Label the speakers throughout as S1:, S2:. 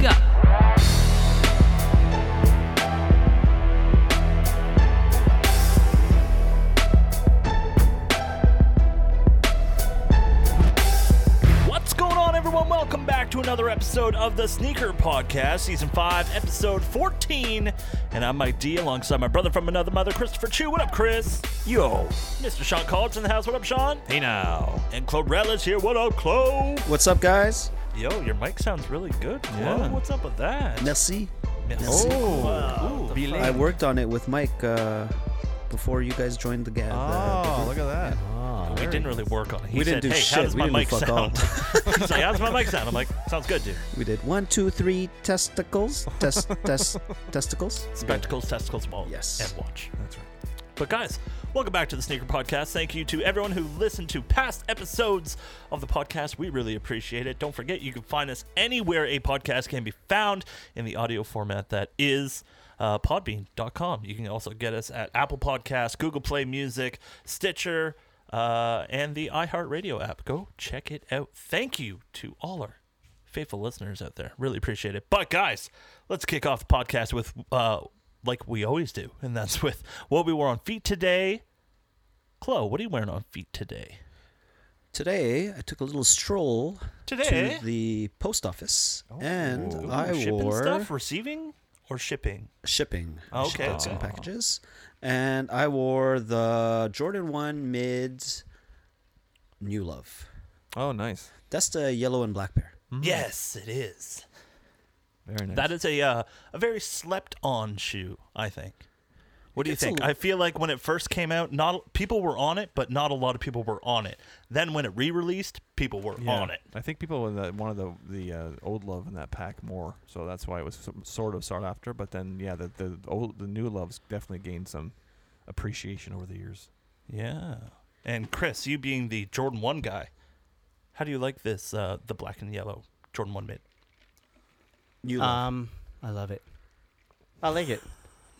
S1: go.
S2: What's going on, everyone? Welcome back to another episode of the Sneaker Podcast, Season 5, Episode 14. And I'm Mike D alongside my brother from another mother, Christopher Chu. What up, Chris? Yo. Mr. Sean Collins in the house. What up, Sean? Hey now. And Claude Relish here. What up, Claude?
S3: What's up, guys?
S2: Yo, your mic sounds really good, Claude.
S3: Yeah.
S2: What's up with that?
S3: Merci.
S2: Yes.
S3: Oh.
S2: Wow. The fuck?
S3: I worked on it with Mike uh, before you guys joined the gang.
S4: Oh, look at that.
S2: We didn't really work on it. He
S3: We
S2: said,
S3: didn't do
S2: hey, how
S3: shit.
S2: does
S3: We
S2: my
S3: didn't do
S2: mic
S3: fuck
S2: sound? He's like, how's my mic sound? I'm like, sounds good, dude.
S3: we did one, two, three testicles. Test, test, testicles.
S2: Spectacles, testicles, balls,
S3: Yes.
S2: and watch. That's right. But guys, welcome back to the Sneaker Podcast. Thank you to everyone who listened to past episodes of the podcast. We really appreciate it. Don't forget, you can find us anywhere a podcast can be found in the audio format that is uh, podbean.com. You can also get us at Apple Podcasts, Google Play Music, Stitcher, uh, and the iHeartRadio app. Go check it out. Thank you to all our faithful listeners out there. Really appreciate it. But guys, let's kick off the podcast with uh like we always do, and that's with what we wore on feet today. Chloe, what are you wearing on feet today?
S3: Today, I took a little stroll
S2: Today? Oh.
S3: to the post office, and
S2: Ooh,
S3: I
S2: shipping
S3: wore
S2: stuff, receiving or shipping?
S3: shipping.
S2: Okay.
S3: Shipped out some
S2: Aw.
S3: packages, and I wore the Jordan One Mids New Love.
S4: Oh, nice.
S3: That's the yellow and black pair.
S2: Yes, it is.
S4: Very nice.
S2: That is a uh, a very slept on shoe, I think. What do you
S3: It's a
S2: think?
S3: l-
S2: I feel like when it first came out, not people were on it, but not a lot of people were on it. Then when it re-released, people were
S4: Yeah.
S2: on it.
S4: I think people in the- wanted the the uh, old love in that pack more, so that's why it was so- sort of sought after. But then, yeah, the the old the new loves definitely gained some appreciation over the years.
S2: Yeah. And Chris, you being the Jordan 1 guy, how do you like this, uh, the black and yellow Jordan 1 mid?
S3: New Love.
S5: Um, I love it. I like it.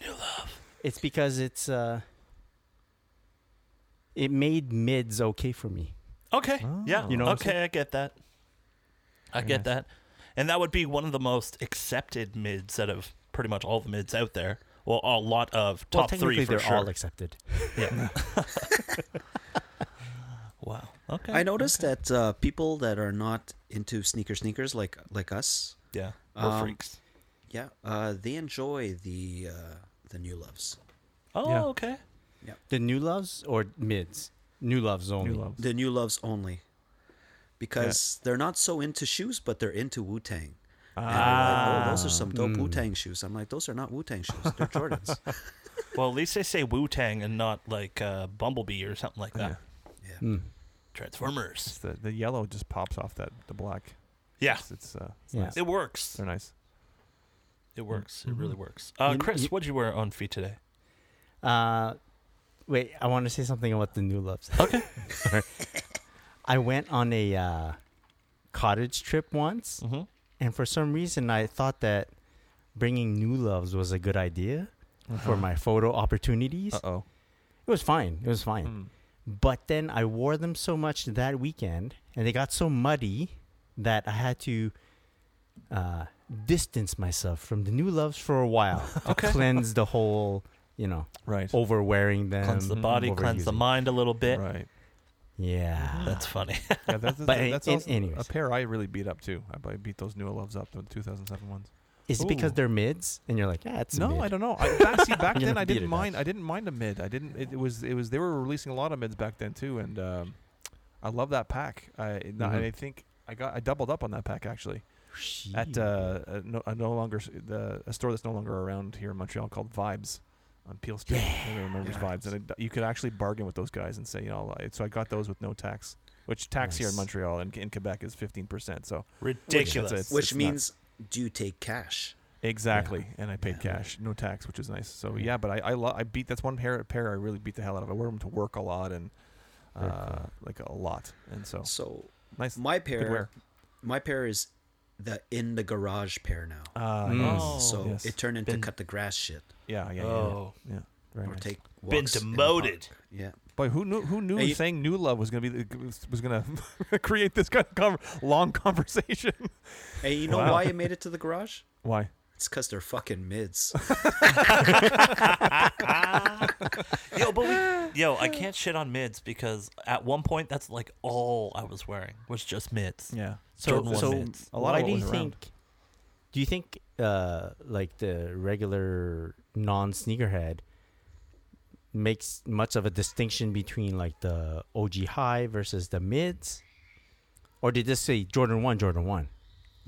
S5: New love. It's because it's uh. It made mids okay for me.
S2: Okay. yeah.
S4: You know what I'm
S2: okay, I get that. I
S4: Very
S2: get
S4: nice.
S2: that. And that would be one of the most accepted mids out of pretty much all the mids out there. Well, a lot of
S5: Well,
S2: top three
S5: technically
S2: for
S5: they're
S2: sure.
S5: all accepted.
S2: yeah. wow. Okay.
S3: I noticed that uh, people that are not into sneaker sneakers like like us,
S2: Yeah. We're
S3: Um,
S2: freaks.
S3: yeah, uh, they enjoy the uh, the new loves,
S2: Oh,
S4: yeah.
S2: okay.
S5: The new loves or mids? New loves only.
S4: New loves.
S3: the new loves only, because they're not so into shoes, but they're into Wu Tang. Ah, oh, those are some dope
S4: Hmm.
S3: Wu Tang shoes. I'm like, those are not Wu Tang shoes; they're Jordans.
S2: Well, at least they say Wu Tang and not like uh, Bumblebee or something like that.
S4: Yeah.
S3: yeah.
S5: Hmm,
S2: Transformers.
S4: It's the the yellow just pops off that the black.
S2: Yeah.
S4: It's, it's, uh, it's
S5: Yeah.
S4: nice.
S2: It works.
S4: They're nice.
S2: It works.
S4: Mm-hmm.
S2: It really works. Uh,
S5: You-
S2: Chris,
S5: you-
S2: what'd you wear on feet today?
S5: Uh, wait, I want to say something about the new loves. Okay. I went on a uh, cottage trip once,
S4: Mm-hmm.
S2: Mhm.
S5: and for some reason, I thought that bringing new loves was a good idea for my photo opportunities.
S4: Uh oh.
S5: It was fine. It was
S4: Mm.
S5: fine.
S4: Hmm.
S5: But then I wore them so much that weekend, and they got so muddy that I had to uh, distance myself from the new loves for a while.
S2: Okay.
S5: Cleanse the whole, you know,
S4: Right.
S5: overwearing them.
S2: Cleanse
S4: Um,
S2: the body, cleanse the
S5: overusing.
S2: mind a little bit.
S4: Right.
S5: Yeah.
S2: That's funny.
S4: Yeah, that's, that's,
S5: But in-
S4: that's
S5: in-
S4: also a
S5: anyways.
S4: pair I really beat up too. I- I beat those new loves up, the 2007 ones.
S5: Is it because
S4: Ooh.
S5: they're mids? And you're like, yeah, it's a
S4: No,
S5: mid."
S4: I don't know. I, back, see, back
S5: You're
S4: then
S5: not
S4: I
S5: beat it
S4: didn't
S5: up.
S4: mind. I didn't mind a mid. I didn't. It, it was. It was. They were releasing a lot of mids back then too, and um, I love that pack. I and
S5: Mm-hmm.
S4: I think I got. I doubled up on that pack actually at uh, a, no, a no longer s- the a store that's no longer around here in Montreal called Vibes on Peel Street. Everyone remembers Vibes, and it, you could actually bargain with those guys and say, you know, I- so I got those with no tax, which tax here in
S5: Nice.
S4: Montreal and in Quebec is fifteen percent. So
S2: Ridiculous.
S4: It's-
S3: Which
S4: it's
S3: means, do you take cash?
S4: Exactly, and I paid cash, no tax, which was nice. So yeah, but I I, lo- I beat that's one pair pair I really beat the hell out of. I wore them to work a lot and uh, like a lot, and so
S3: So
S4: nice
S3: my
S4: good wear.
S3: pair, my pair is the in the garage pair now.
S4: Uh,
S5: Mm.
S4: yes.
S2: Oh,
S3: so
S4: yes.
S3: it turned into
S4: Been-
S3: cut the grass shit
S4: yeah, yeah, yeah,
S2: Oh.
S4: yeah. Very
S3: or
S4: nice.
S3: take
S2: Been
S3: walks in the
S2: demoted.
S3: park. Yeah.
S4: Boy, who knew? Who knew
S3: Hey, you-
S4: saying "new love" was gonna be the- was gonna create this kind of conver- long conversation?
S3: Hey, you know
S4: Wow.
S3: why it made it to the garage?
S4: Why?
S3: It's because they're fucking mids.
S2: yo, but we, yo, I can't shit on mids because at one point that's like all I was wearing was just mids.
S4: Yeah.
S5: So,
S2: Jordan one
S5: so
S2: minutes.
S4: A lot of
S5: why
S4: what
S5: do you
S4: was around.
S5: think? Do you think uh, like the regular non-sneakerhead makes much of a distinction between like the OG high versus the mids, or did this say Jordan one, Jordan one?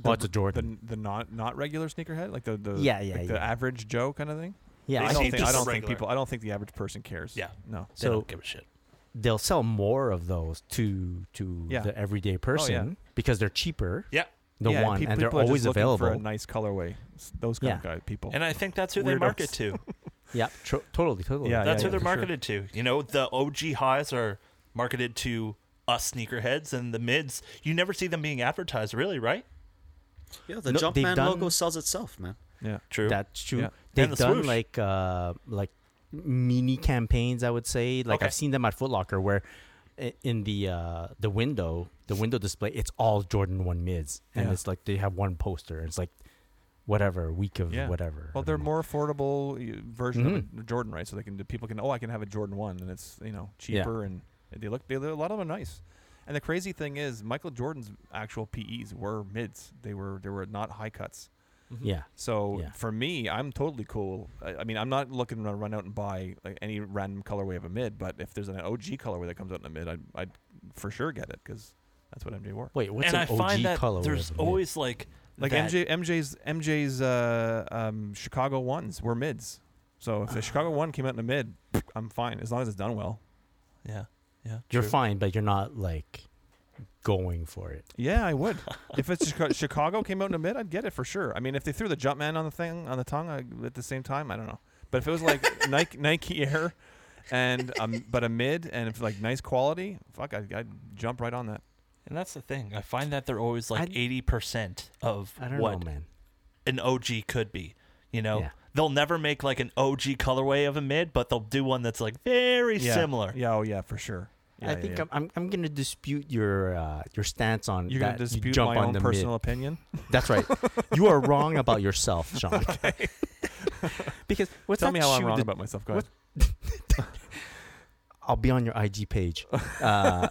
S5: oh, it's a Jordan.
S4: The, the not not regular sneakerhead, like the the
S5: Yeah, yeah,
S4: like the
S5: yeah.
S4: average Joe kind of thing.
S5: yeah,
S2: they
S5: I
S4: I
S5: don't
S4: don't
S2: see
S4: think I
S2: just
S4: don't think
S2: regular.
S4: people I don't think the average person cares.
S2: Yeah.
S4: No.
S2: They
S5: so.
S2: don't give a shit.
S5: They'll sell more of those to to
S4: Yeah.
S5: the everyday person because they're cheaper.
S2: Yeah.
S5: The
S4: Yeah,
S5: one
S4: peop-
S5: and they're
S4: people are just
S5: always
S4: looking
S5: available.
S4: For a nice colorway. S- Those kind of
S5: Yeah.
S4: guy people.
S2: And I think that's who they
S4: Weirdos.
S2: market to.
S5: yeah, tro- totally, totally.
S4: Yeah,
S2: That's who they're
S4: for sure.
S2: marketed to. You know, the OG highs are marketed to us sneakerheads, and the mids, you never see them being advertised, really, right?
S3: Yeah, the
S5: No, they've
S3: Jumpman
S5: done-
S3: logo sells itself, man.
S4: yeah.
S2: True.
S5: That's true.
S4: Yeah.
S5: They've
S2: And the
S5: done
S2: swoosh.
S5: like uh like mini campaigns. I would say like
S2: Okay.
S5: I've seen them at Foot Locker where i- in the uh the window the window display it's all Jordan one mids and
S4: Yeah.
S5: it's like they have one poster and it's like whatever week of
S4: Yeah.
S5: whatever. Mm-hmm.
S4: Well,
S5: I
S4: they're
S5: don't know.
S4: more affordable uh, version of a Jordan, right? So they can people can oh I can have a Jordan one, and it's you know
S5: Yeah.
S4: cheaper, and they look they look- a lot of them are nice. And the crazy thing is, Michael Jordan's actual PEs were mids. They were they were not high cuts.
S5: yeah
S4: So
S5: Yeah.
S4: for me, I'm totally cool. I, I mean, I'm not looking to run out and buy like any random colorway of a mid, but if there's an OG colorway that comes out in a mid, I'd, I'd for sure get it because that's what MJ wore.
S5: wait what's
S2: and I
S5: an OG
S2: find that
S5: color?
S2: there's always like
S4: Like
S2: that-
S4: MJ, MJ's MJ's uh, um, Chicago ones were mids. So if the Chicago one came out in a mid, I'm fine as long as it's done well.
S2: Yeah. Yeah.
S5: you're
S2: true.
S5: fine, but you're not like going for it.
S4: Yeah, I would. if it's Chica- Chicago came out in a mid, I'd get it for sure. I mean, if they threw the Jumpman on the thing on the tongue I, at the same time, I don't know. But if it was like Nike Nike Air, and um, but a mid and if like nice quality, fuck, I'd, I'd jump right on that.
S2: And that's the thing. I find that they're always like
S5: I-
S2: 80% of
S5: I don't
S2: what
S5: know, man.
S2: an OG could be. You know,
S5: Yeah.
S2: they'll never make like an OG colorway of a mid, but they'll do one that's like very
S4: Yeah.
S2: similar.
S4: Yeah. Oh yeah, for sure. Yeah,
S5: I
S4: yeah,
S5: think
S4: yeah.
S5: I'm, I'm I'm gonna dispute your uh, your stance on
S4: you're
S5: that
S4: gonna
S5: you
S4: dispute
S5: jump
S4: my
S5: on
S4: own
S5: the mid.
S4: personal opinion.
S5: That's right. you are wrong about yourself, Sean. because what's
S4: Tell
S5: that
S4: me how I'm
S5: shoe
S4: wrong
S5: that-
S4: about myself, guys.
S5: what- I'll be on your IG page. Uh,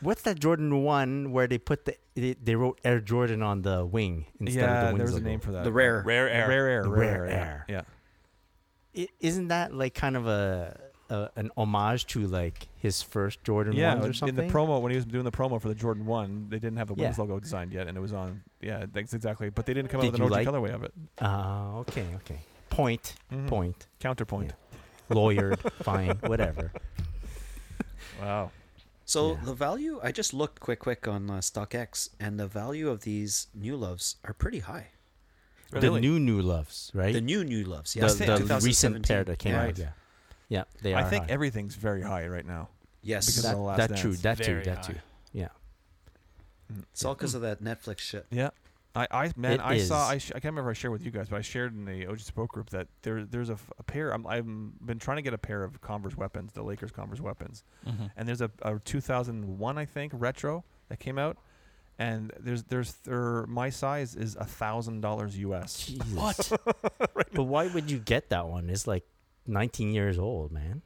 S5: what's that Jordan one where they put the they, they wrote Air Jordan on the wing instead
S4: yeah,
S5: of the wings?
S4: there was a
S5: logo?
S4: name for that.
S3: The rare.
S2: Rare air.
S4: Rare air.
S5: The
S4: rare,
S5: rare air.
S4: Yeah.
S5: I- isn't that like kind of a, a an homage to like his first Jordan
S4: Yeah.
S5: ones or
S4: in
S5: something?
S4: the promo, when he was doing the promo for the Jordan One, they didn't have the Wings
S5: Yeah.
S4: logo designed yet, and it was on. Yeah, that's exactly. But they didn't come
S5: Did
S4: out with
S5: you
S4: an OG
S5: like-
S4: colorway of it.
S5: Ah, okay, okay. Point,
S4: Mhm.
S5: point,
S4: Counterpoint.
S5: lawyered, fine, whatever.
S4: Wow.
S3: So
S5: Yeah.
S3: the value, I just looked quick, quick on uh, StockX, and the value of these new loves are pretty high.
S5: The
S4: Really?
S5: new new loves, right?
S3: The new new loves,
S5: the,
S3: yes,
S4: think
S5: the recent
S3: 2017.
S5: pair that came
S4: Right.
S5: out. Yeah, yeah, they
S4: I
S5: are
S4: think
S5: high.
S4: everything's very high right now.
S3: Yes,
S4: because
S5: that,
S4: of the last
S5: that
S4: dance.
S5: true, that too,
S2: Very
S5: that
S2: high.
S5: too. Yeah,
S3: it's all because of that Netflix shit.
S4: Yeah. I, I man,
S5: It
S4: I saw.
S5: is.
S4: I, sh- I can't remember. if I shared with you guys, but I shared in the OG support group that there there's a, f- a pair. I'm I've been trying to get a pair of Converse weapons, the Lakers Converse weapons,
S2: Mm-hmm.
S4: and there's a, a 2001 I think retro that came out, and there's there's there, my size is a thousand dollars US.
S5: Jesus.
S2: What?
S5: But why would you get that one? It's like 19 years old, man.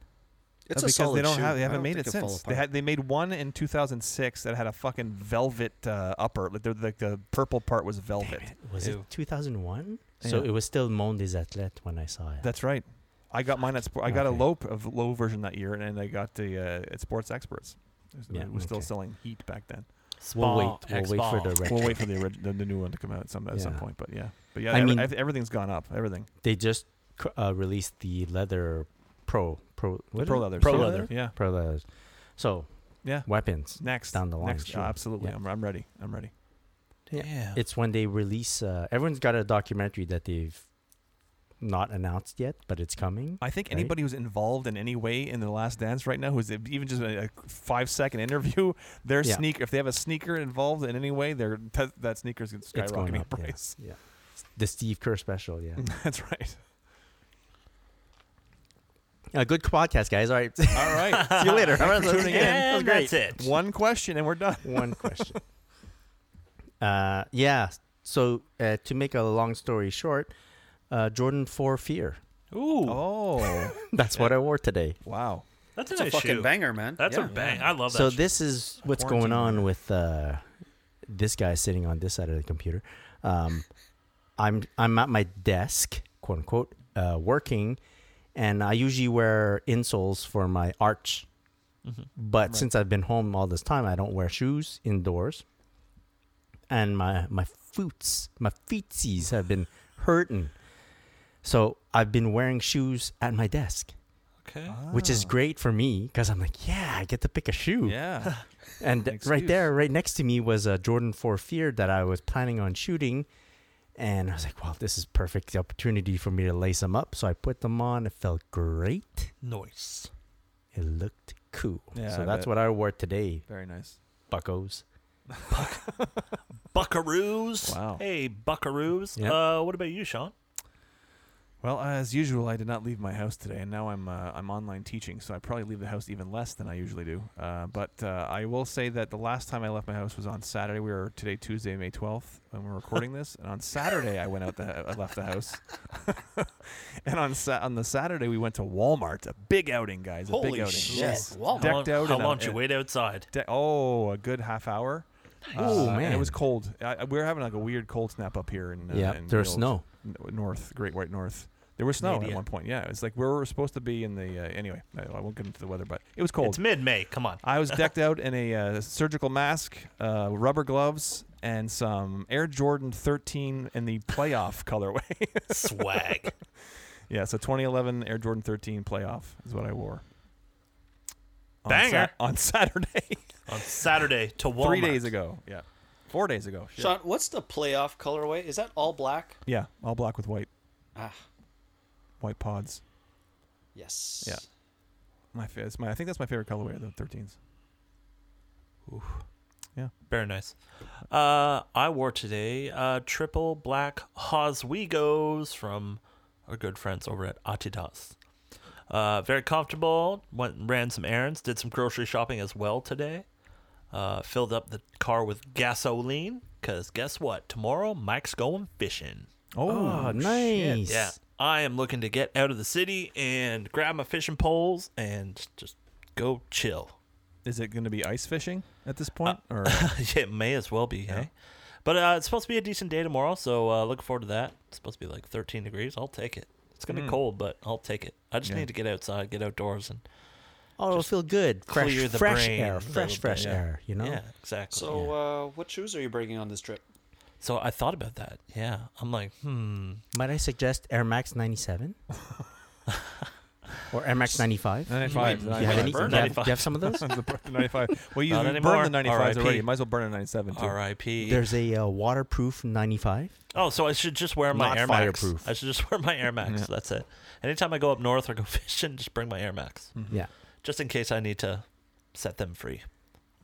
S3: It's
S4: Uh,
S3: a
S4: because
S3: solid
S4: they don't
S3: shoe.
S4: have they
S3: I
S4: haven't
S3: don't
S4: made
S3: think
S4: it
S3: it'll fall
S4: since they
S3: apart.
S4: had they made one in 2006 that had a fucking velvet uh, upper like the, like the purple part was velvet.
S5: Was
S2: Ew.
S5: it 2001? So
S4: Yeah.
S5: it was still Monde des Athlètes when I saw it.
S4: That's right. I got mine at Spor- I got a
S5: Okay.
S4: low p- of low version that year, and then I got the uh, at Sports Experts. It was,
S5: Yeah,
S4: it was still
S5: okay.
S4: selling heat back then.
S5: we'll
S2: Spawn,
S5: wait. We'll wait for
S2: X-Spawn.
S5: the retro.
S4: We'll wait for the, orig- the the new one to come out at some at some
S5: Yeah.
S4: point. But yeah, but yeah,
S5: I
S4: every-
S5: mean-
S4: ev- everything's gone up. Everything.
S5: They just c- uh, released the leather pro pro what is
S4: Pro
S5: it?
S4: leathers.
S5: pro
S4: yeah.
S5: leather
S4: Yeah,
S5: pro leathers. So
S4: yeah.
S5: weapons.
S4: Next
S5: down the line,
S4: Next, Oh,
S5: sure.
S4: absolutely.
S5: Yeah.
S4: I'm, I'm ready. I'm ready.
S5: Yeah.
S2: Yeah.
S5: It's when they release. Uh, everyone's got a documentary that they've not announced yet, but it's coming.
S4: I think
S5: right?
S4: anybody who's involved in any way in the Last Dance right now, who's even just a, a five second interview, their
S5: Yeah.
S4: sneaker, if they have a sneaker involved in any way, their that, that sneaker's going to
S5: it's going
S4: skyrocketing
S5: up. yeah,
S4: price.
S5: Yeah, the Steve Kerr special. Yeah,
S4: That's right.
S5: a good podcast, guys. All right,
S4: All right.
S5: see you later. All right,
S4: tuning in.
S5: That was
S2: And
S5: great.
S2: that's it.
S4: One question and we're done.
S5: one question. uh, yeah. So uh, to make a long story short, uh, Jordan Four Fear.
S2: Ooh,
S4: Oh,
S5: That's what I wore today.
S4: wow.
S2: that's
S3: It's
S2: an
S3: a fucking
S2: issue.
S3: banger, man.
S2: That's
S3: yeah.
S2: a bang. I love that.
S5: So
S2: shit.
S5: this is what's going
S4: quarantine
S5: on with uh, this guy sitting on this side of the computer. Um, I'm I'm at my desk, quote unquote, uh, working, and I usually wear insoles for my arch.
S2: Mm-hmm.
S5: But since I've been home all this time, I don't wear shoes indoors, and my my foots, my feetsies have been hurting. So I've been wearing shoes at my desk,
S2: okay.
S4: Ah,
S5: which
S2: Ah.
S5: is great for me because I'm like, yeah, I get to pick a shoe.
S4: Yeah.
S5: And
S4: an
S5: right
S4: excuse.
S5: there, right next to me was a Jordan 4 Fear that I was planning on shooting. And I was like, well, this is perfect the opportunity for me to lace them up. So I put them on. It felt great.
S2: Noise.
S5: It looked cool.
S4: Yeah,
S5: so
S4: I
S5: that's
S4: bet.
S5: what I wore today,
S4: Very nice.
S5: buckos.
S2: Buckaroos.
S4: Wow.
S2: Hey, Buckaroos.
S5: Yep.
S2: Uh, what about you, Sean?
S4: Well, as usual, I did not leave my house today, and now I'm uh, I'm online teaching, so I probably leave the house even less than I usually do. Uh, but uh, I will say that the last time I left my house was on Saturday. We are today Tuesday, May 12th, when we're recording this, and on Saturday I went out the I left the house, and on sa- on the Saturday we went to Walmart, a big outing, guys, a big
S3: Holy
S4: outing.
S3: shit!
S5: Yes.
S3: Walmart.
S4: Decked
S2: How long,
S4: out
S2: how
S4: and, uh,
S2: long did you
S4: and-
S2: wait outside?
S4: De- oh, a good half hour. Uh,
S5: Ooh,
S4: and it
S5: man.
S4: was cold. I, I- we were having like a weird cold snap up here in uh,
S5: Yeah,
S4: in
S5: there was
S4: Guild,
S5: snow.
S4: n- north, Great White North. There was snow
S2: Canada.
S4: at one point. Yeah, it's like where we were supposed to be in the. Uh, anyway, I, I won't get into the weather, but it was cold.
S2: It's mid-May. Come on.
S4: I was decked out in a uh, surgical mask, uh, rubber gloves, and some Air Jordan 13 in the playoff colorway.
S2: Swag.
S4: yeah, so 2011 Air Jordan 13 playoff is what I wore. On
S2: Banger.
S4: on Saturday,
S2: On Saturday to Walmart.
S4: three days ago. Yeah, four days ago. Shit.
S3: Sean, what's the playoff colorway? Is that all black?
S4: Yeah, all black with white,
S3: Ah,
S4: white pods.
S3: yes.
S4: Yeah. My, fa- it's my, I think that's my favorite colorway, the 13s.
S2: Very nice. Uh, I wore today uh, triple black Oswegos from our good friends over at Atitas. Uh, very comfortable. Went and ran some errands. Did some grocery shopping as well today. Uh, filled up the car with gasoline. Cause guess what? Tomorrow Mike's going fishing.
S5: Oh, nice.
S2: Yeah, I am looking to get out of the city and grab my fishing poles and just go chill.
S4: Is it going to be ice fishing at this point? or
S2: yeah, it may as well be, hey? But uh, it's supposed to be a decent day tomorrow, so uh, looking forward to that. It's supposed to be like 13 degrees. I'll take it. It's going to be cold, but I'll take it. I just
S4: Yeah.
S2: need to get outside, get outdoors, and
S5: Oh, it'll feel good. Fresh,
S2: clear the
S5: fresh
S2: brain a
S5: air.
S2: little
S5: Fresh,
S2: bit,
S5: fresh
S2: yeah.
S5: air, you know?
S2: yeah, exactly.
S3: So, uh, what shoes are you bringing on this trip?
S2: so I thought about that. Yeah, I'm like, hmm,
S5: Might I suggest Air Max 97? or Air Max 95? Do
S4: 95.
S3: You
S5: you, have any, do you,
S2: Burn
S5: have, do
S2: 95.
S5: you have some of those?
S4: The bur- the 95. Well, you
S2: Not
S4: burned
S2: anymore.
S4: the 95s already.
S2: RIP.
S4: You might as well burn a 97 too.
S2: R.I.P.
S5: There's a uh, waterproof 95.
S2: Oh, so I should just wear my
S5: Not
S2: Air Max.
S5: fireproof.
S2: I should just wear my Air Max.
S4: Yeah.
S2: That's it. Anytime I go up north or go fishing, just bring my Air Max,
S5: Yeah.
S2: just in case I need to set them free.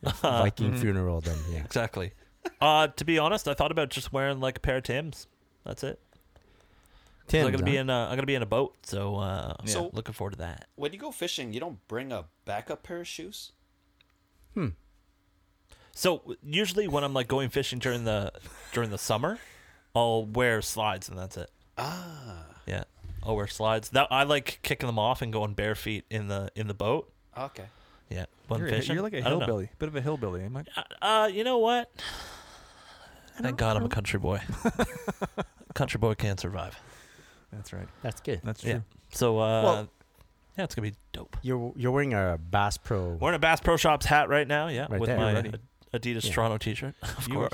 S2: Uh, mm.
S5: Viking funeral then. Yeah.
S2: Exactly. Uh, to be honest, I thought about just wearing like a pair of Tims. That's it. 'Cause
S5: Tim's,
S2: I'm gonna be
S5: huh?
S2: in. A, I'm gonna be in a boat, so uh, I'm
S3: So-
S2: looking forward to that.
S3: When you go fishing, you don't bring a backup pair of shoes.
S2: So usually when I'm like going fishing during the during the summer, I'll wear slides and that's it.
S3: Ah,
S2: Yeah, I'll wear slides. That I like kicking them off and going bare feet in the in the boat.
S3: okay.
S2: Yeah, when
S4: You're, a-
S2: fishing.
S4: you're like a
S2: I don't know.
S4: hillbilly. Bit of a hillbilly. eh, Mike?
S2: Uh, you know what? Thank God I'm a country boy. country boy can't survive.
S4: That's right.
S5: That's good.
S4: That's
S2: Yeah.
S4: true.
S2: So uh,
S5: Well-
S2: yeah, it's gonna be dope.
S5: You're you're wearing a Bass Pro.
S2: Wearing a Bass Pro Shops hat right now, yeah,
S5: Right
S2: with
S5: there.
S2: my
S4: Already.
S2: Ad- Adidas
S5: Yeah.
S2: Toronto T-shirt. Of
S4: You
S2: course,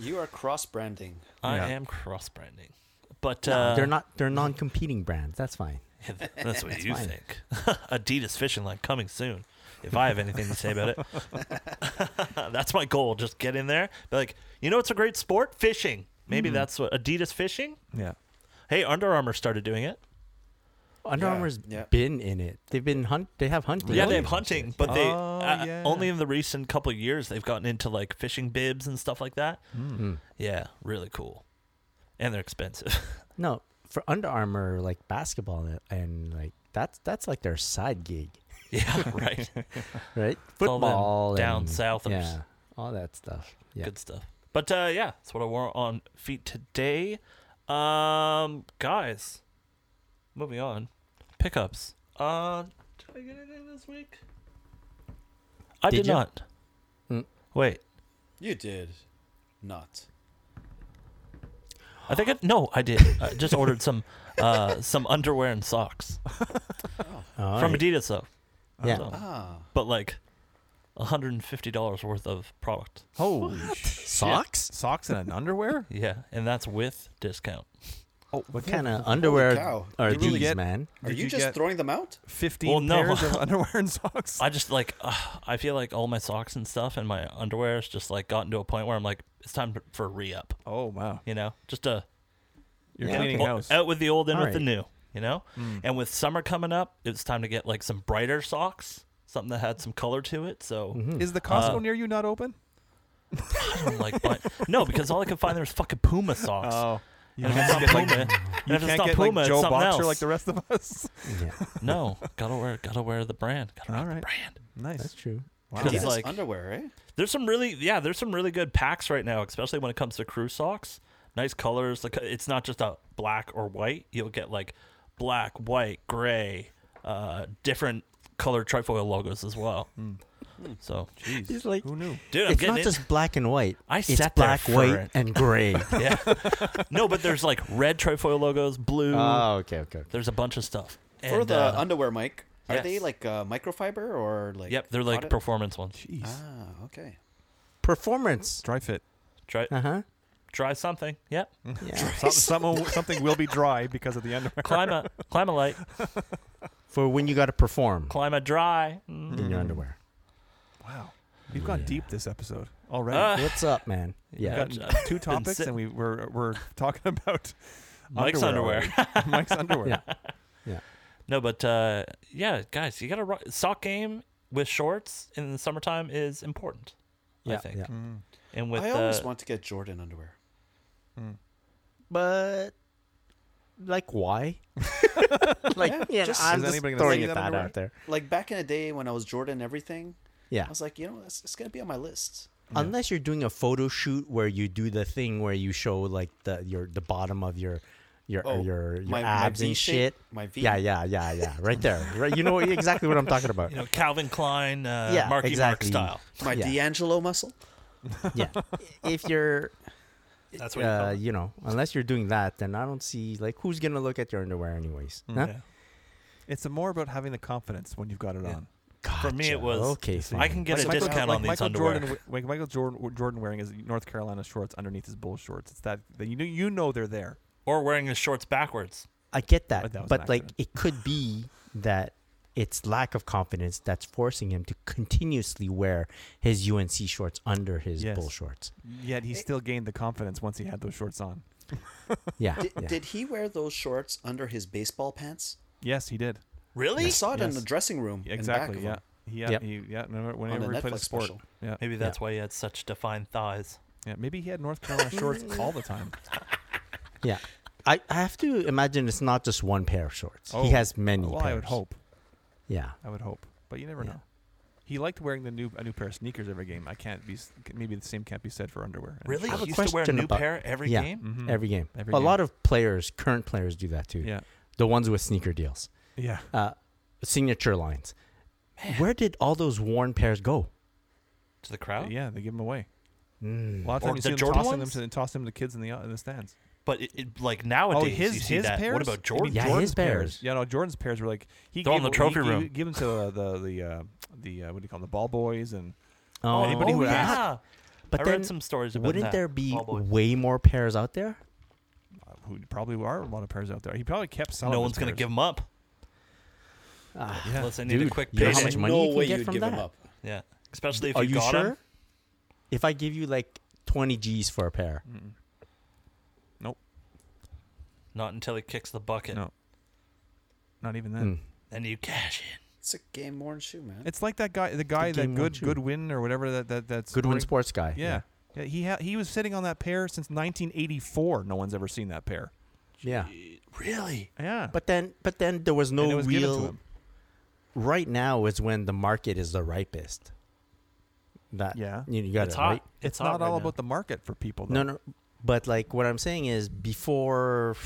S3: You are cross branding.
S2: I
S4: Yeah.
S2: am cross branding, but
S5: No,
S2: uh,
S5: they're not. They're non-competing brands. That's fine.
S2: That's what you
S5: fine.
S2: think. Adidas fishing line coming soon. If I have anything to say about it, that's my goal. Just
S5: Hmm.
S2: get in there. Be like, you know, it's a great sport, fishing. Maybe that's what Adidas fishing.
S4: Yeah.
S2: Hey, Under Armour started doing it.
S5: Under
S3: Yeah,
S5: Armour's
S3: yeah.
S5: been in it. They've been hunt. They have hunting.
S2: Yeah,
S5: on
S2: they have
S5: it and
S2: hunting,
S5: shit.
S2: but they
S4: Oh,
S2: uh,
S4: yeah.
S2: only in the recent couple of years they've gotten into like fishing bibs and stuff like that.
S5: Mm.
S2: Yeah, really cool, and they're expensive.
S5: No, for Under Armour, like basketball and- and like that's that's like their side gig,
S2: yeah, right.
S5: right?
S2: all them
S5: Football,
S2: down
S5: and-
S2: southers.
S5: yeah, all that stuff. Yeah,
S2: Good stuff. But uh, yeah, that's what I wore on feet today. Um, guys, moving on. Pickups. Uh, did I get anything this week? I did,
S5: Did you?
S2: not.
S5: Mm.
S2: Wait,
S3: You did not.
S2: I think I, no, I did. I just ordered some uh, some underwear and socks
S5: All
S2: from
S5: right.
S2: Adidas though.
S5: Yeah.
S2: So-
S3: Ah,
S2: but like $150 worth of product.
S4: Holy shit.
S5: socks.
S4: Socks and an underwear?
S2: Yeah, and that's with discount.
S4: Oh,
S5: What kind of underwear
S3: cow.
S5: are
S4: Did you
S5: these,
S4: get-
S5: man?
S3: are
S4: Did
S3: you,
S4: you
S3: just
S4: get-
S3: throwing them out?
S4: 15
S2: Well, no.
S4: pairs of underwear and socks?
S2: I just like uh, I feel like all my socks and stuff and my underwear has just like gotten to a point where I'm like it's time for a re-up,
S4: oh, wow.
S2: you know? Just a
S4: You're
S5: Yeah.
S4: cleaning
S2: o-
S4: house. Mm.
S2: out with the old in with the
S5: Alright.
S2: new, you know? And with summer coming up, it's time to get like some brighter socks, something that had some color to it. So
S4: Is the
S2: Uh,
S4: Costco near you not open?
S2: I'm like but, no, because all I could find there was fucking Puma socks.
S4: You
S2: oh. and if it's
S4: can't
S2: not
S4: get,
S2: Puma,
S4: like,
S2: and
S4: you
S2: if it's
S4: can't
S2: not
S4: get,
S2: Puma,
S4: like,
S2: it's
S4: Joe
S2: something
S4: Boxer
S2: else.
S4: like the rest of us?
S5: Yeah,
S2: No, gotta wear, gotta wear the brand. Gotta wear
S4: All
S2: the
S4: right.
S2: brand.
S5: that's
S4: Nice.
S5: true.
S4: Wow.
S2: Because,
S3: Adidas
S2: like-
S3: underwear, eh?
S2: There's some really, yeah, there's some really good packs right now, especially when it comes to crew socks. Nice colors. Like it's not just a black or white. You'll get like black, white, gray, uh, different color trifoil logos as well.
S3: Hmm.
S2: So,
S5: He's like,
S4: Who knew?
S2: dude, I'm
S5: it's
S2: getting
S5: not
S2: in-
S5: just black and white.
S2: I
S5: it's
S2: sat there
S5: black,
S2: for
S5: white,
S2: it.
S5: and gray.
S2: yeah. no, but there's like red trifoil logos, blue.
S5: okay, okay. okay.
S2: there's a bunch of stuff. And,
S3: For the
S2: uh,
S3: underwear, Mike, are
S2: yes.
S3: they like uh, microfiber or like?
S2: yep, they're like
S3: cotton?
S2: performance ones.
S4: Jeez.
S3: Ah, okay.
S5: Performance.
S4: Dry fit.
S2: Try,
S5: Uh huh.
S2: try something. Yep,
S5: Yeah.
S4: Some, some, something will be dry because of the underwear.
S2: climb a, climb a light,
S5: For when you got to perform
S2: climb a dry. Mm.
S5: in your underwear.
S4: Wow. We've gone
S5: Yeah.
S4: deep this episode already.
S2: Uh,
S5: What's up, man?
S4: We've
S5: Yeah.
S4: got
S2: I've- I've
S4: two
S2: been
S4: topics,
S2: sit-
S4: and we, we're, we're talking about
S2: Mike's underwear.
S4: already. Mike's underwear.
S5: Yeah. Yeah.
S2: No, but uh, yeah, guys, you got to rock sock game with shorts in the summertime is important. I
S5: Yeah,
S2: think.
S5: yeah.
S2: And with
S3: I
S2: uh,
S3: always want to get Jordan underwear.
S5: But like, why? like,
S3: Yeah,
S5: yeah,
S3: just-
S5: I'm
S4: Is
S5: just
S4: anybody gonna
S5: throwing
S4: see
S5: that
S4: that underwear?
S5: out there.
S3: Like back in the day when I was Jordan everything,
S5: Yeah.
S3: I was like, you know, it's, it's gonna be on my list.
S5: Unless you're doing a photo shoot where you do the thing where you show like the your the bottom of your your
S3: Oh,
S5: your, your
S3: my- my
S5: abs
S3: V
S5: and
S3: shape?
S5: shit.
S3: My V?
S5: Yeah, yeah, yeah, yeah. Right there. Right. You know exactly what I'm talking about.
S2: you know Calvin Klein, uh,
S5: Yeah,
S2: Marky
S5: exactly.
S2: Mark style.
S3: My
S5: Yeah.
S3: D'Angelo muscle.
S5: yeah. If you're
S2: That's what
S5: uh,
S2: you
S5: you know, unless you're doing that, then I don't see like who's gonna look at your underwear anyways. huh?
S2: call it.
S4: Hmm. It's more about having the confidence when you've got it on.
S2: For me, it
S5: Gotcha.
S2: was
S5: okay.
S2: I
S5: fine.
S2: can get a
S4: Michael-
S2: discount
S4: like
S2: on these
S4: Michael
S2: underwear.
S4: Jordan, wi- like Michael Jordan, Jordan wearing his North Carolina shorts underneath his bull shorts. It's that, that you know you know they're there.
S2: or wearing his shorts backwards.
S5: I get that,
S4: But that was an
S5: but like
S4: accident.
S5: it could be that it's lack of confidence that's forcing him to continuously wear his UNC shorts under his
S4: Yes.
S5: bull shorts.
S4: Yet
S3: Eh.
S4: he still gained the confidence once he had those shorts on.
S5: Yeah.
S3: Did,
S5: yeah.
S3: did he wear those shorts under his baseball pants?
S4: Yes, he did.
S2: Really?
S3: I saw it in the
S4: Yes.
S3: dressing room. in
S4: Exactly.
S3: back of
S4: Yeah.
S3: him.
S4: He, yeah.
S5: Yep.
S4: He, yeah. Remember whenever
S3: the
S4: he played a
S3: Netflix
S4: sport.
S3: special.
S4: Yeah.
S2: Maybe that's why he had such defined thighs.
S4: Yeah. Maybe he had North Carolina shorts all the time.
S5: yeah. I, I have to imagine it's not just one pair of shorts.
S4: Oh.
S5: He has many.
S4: Well,
S5: pairs.
S4: I would hope.
S5: Yeah.
S4: I would hope, but you never
S5: Yeah.
S4: know. He liked wearing the new a new pair of sneakers every game. I can't be s- maybe the same can't be said for underwear. and
S2: Really?
S5: I have
S4: shorts.
S5: a
S2: He used to wear a
S5: question
S2: new
S5: about-
S2: pair every
S5: yeah.
S2: game.
S4: Mhm.
S5: Every game.
S4: Every
S5: a
S4: game.
S5: lot of players, current players, do that too.
S4: Yeah.
S5: The ones with sneaker deals,
S4: Yeah.
S5: uh, signature lines. Where did all those worn pairs go?
S2: To the crowd.
S4: Yeah. They give them away.
S5: Mm.
S4: A lot of
S2: Or
S4: times you
S2: the
S4: see them
S2: Jordan
S4: tossing
S2: ones?
S4: them to and tossing them to kids in the uh, in the stands.
S2: But it, it, like
S5: Oh,
S2: nowadays, you
S4: his
S2: see
S4: his
S2: that.
S4: pairs.
S2: What about
S4: I mean,
S2: Jordan?
S5: Yeah, his
S4: Jordan's
S5: pairs.
S4: Yeah, no, Jordan's pairs were like he
S2: They're on
S4: gave,
S2: the trophy
S4: he,
S2: room.
S4: He, give them to uh, the the uh, the uh, what do you call them? The ball boys and
S5: Oh,
S4: Anybody who
S2: yeah.
S4: asked-
S5: But
S2: I
S5: then
S2: read some stories about
S5: wouldn't
S2: that.
S5: there be
S2: Oh, boy.
S5: way more pairs out there?
S4: uh, who probably are a lot of pairs out there. He probably kept selling.
S2: No
S4: his
S2: one's gonna
S4: pairs.
S2: give them up.
S5: Ah,
S2: Unless they need a
S5: dude,
S2: quick
S5: you know
S2: payday.
S5: how much
S3: There's
S5: money
S3: no
S5: you can
S3: way
S5: get
S3: you'd
S5: from
S3: give
S5: that?
S3: him up.
S2: Yeah, especially if
S5: Are
S2: you
S5: you
S2: got
S5: sure?
S2: 'em.
S5: If I give you like 20 G's for a pair,
S4: Nope.
S2: Not until he kicks the bucket.
S4: No. Not even
S5: Hmm.
S4: then.
S2: Then you cash in.
S3: It's a game worn shoe, man.
S4: It's like that guy, the guy that
S5: game one,
S4: good
S5: too.
S4: Goodwin or whatever that that that's
S5: Goodwin sports guy.
S4: Yeah. yeah. He ha- he was sitting on that pair since 1984. No one's ever seen that pair.
S5: yeah.
S2: Really?
S4: Yeah.
S5: But then, but then there was
S4: and it
S5: no
S4: was given to
S5: real.
S4: him.
S5: Right now is when the market is the ripest. That
S4: Yeah.
S5: you, you got
S2: It's
S5: it
S2: hot.
S5: right.
S4: It's,
S2: It's hot
S4: not
S2: right
S4: all
S2: now.
S4: about the market for people. Though.
S5: No, no. But like what I'm saying is before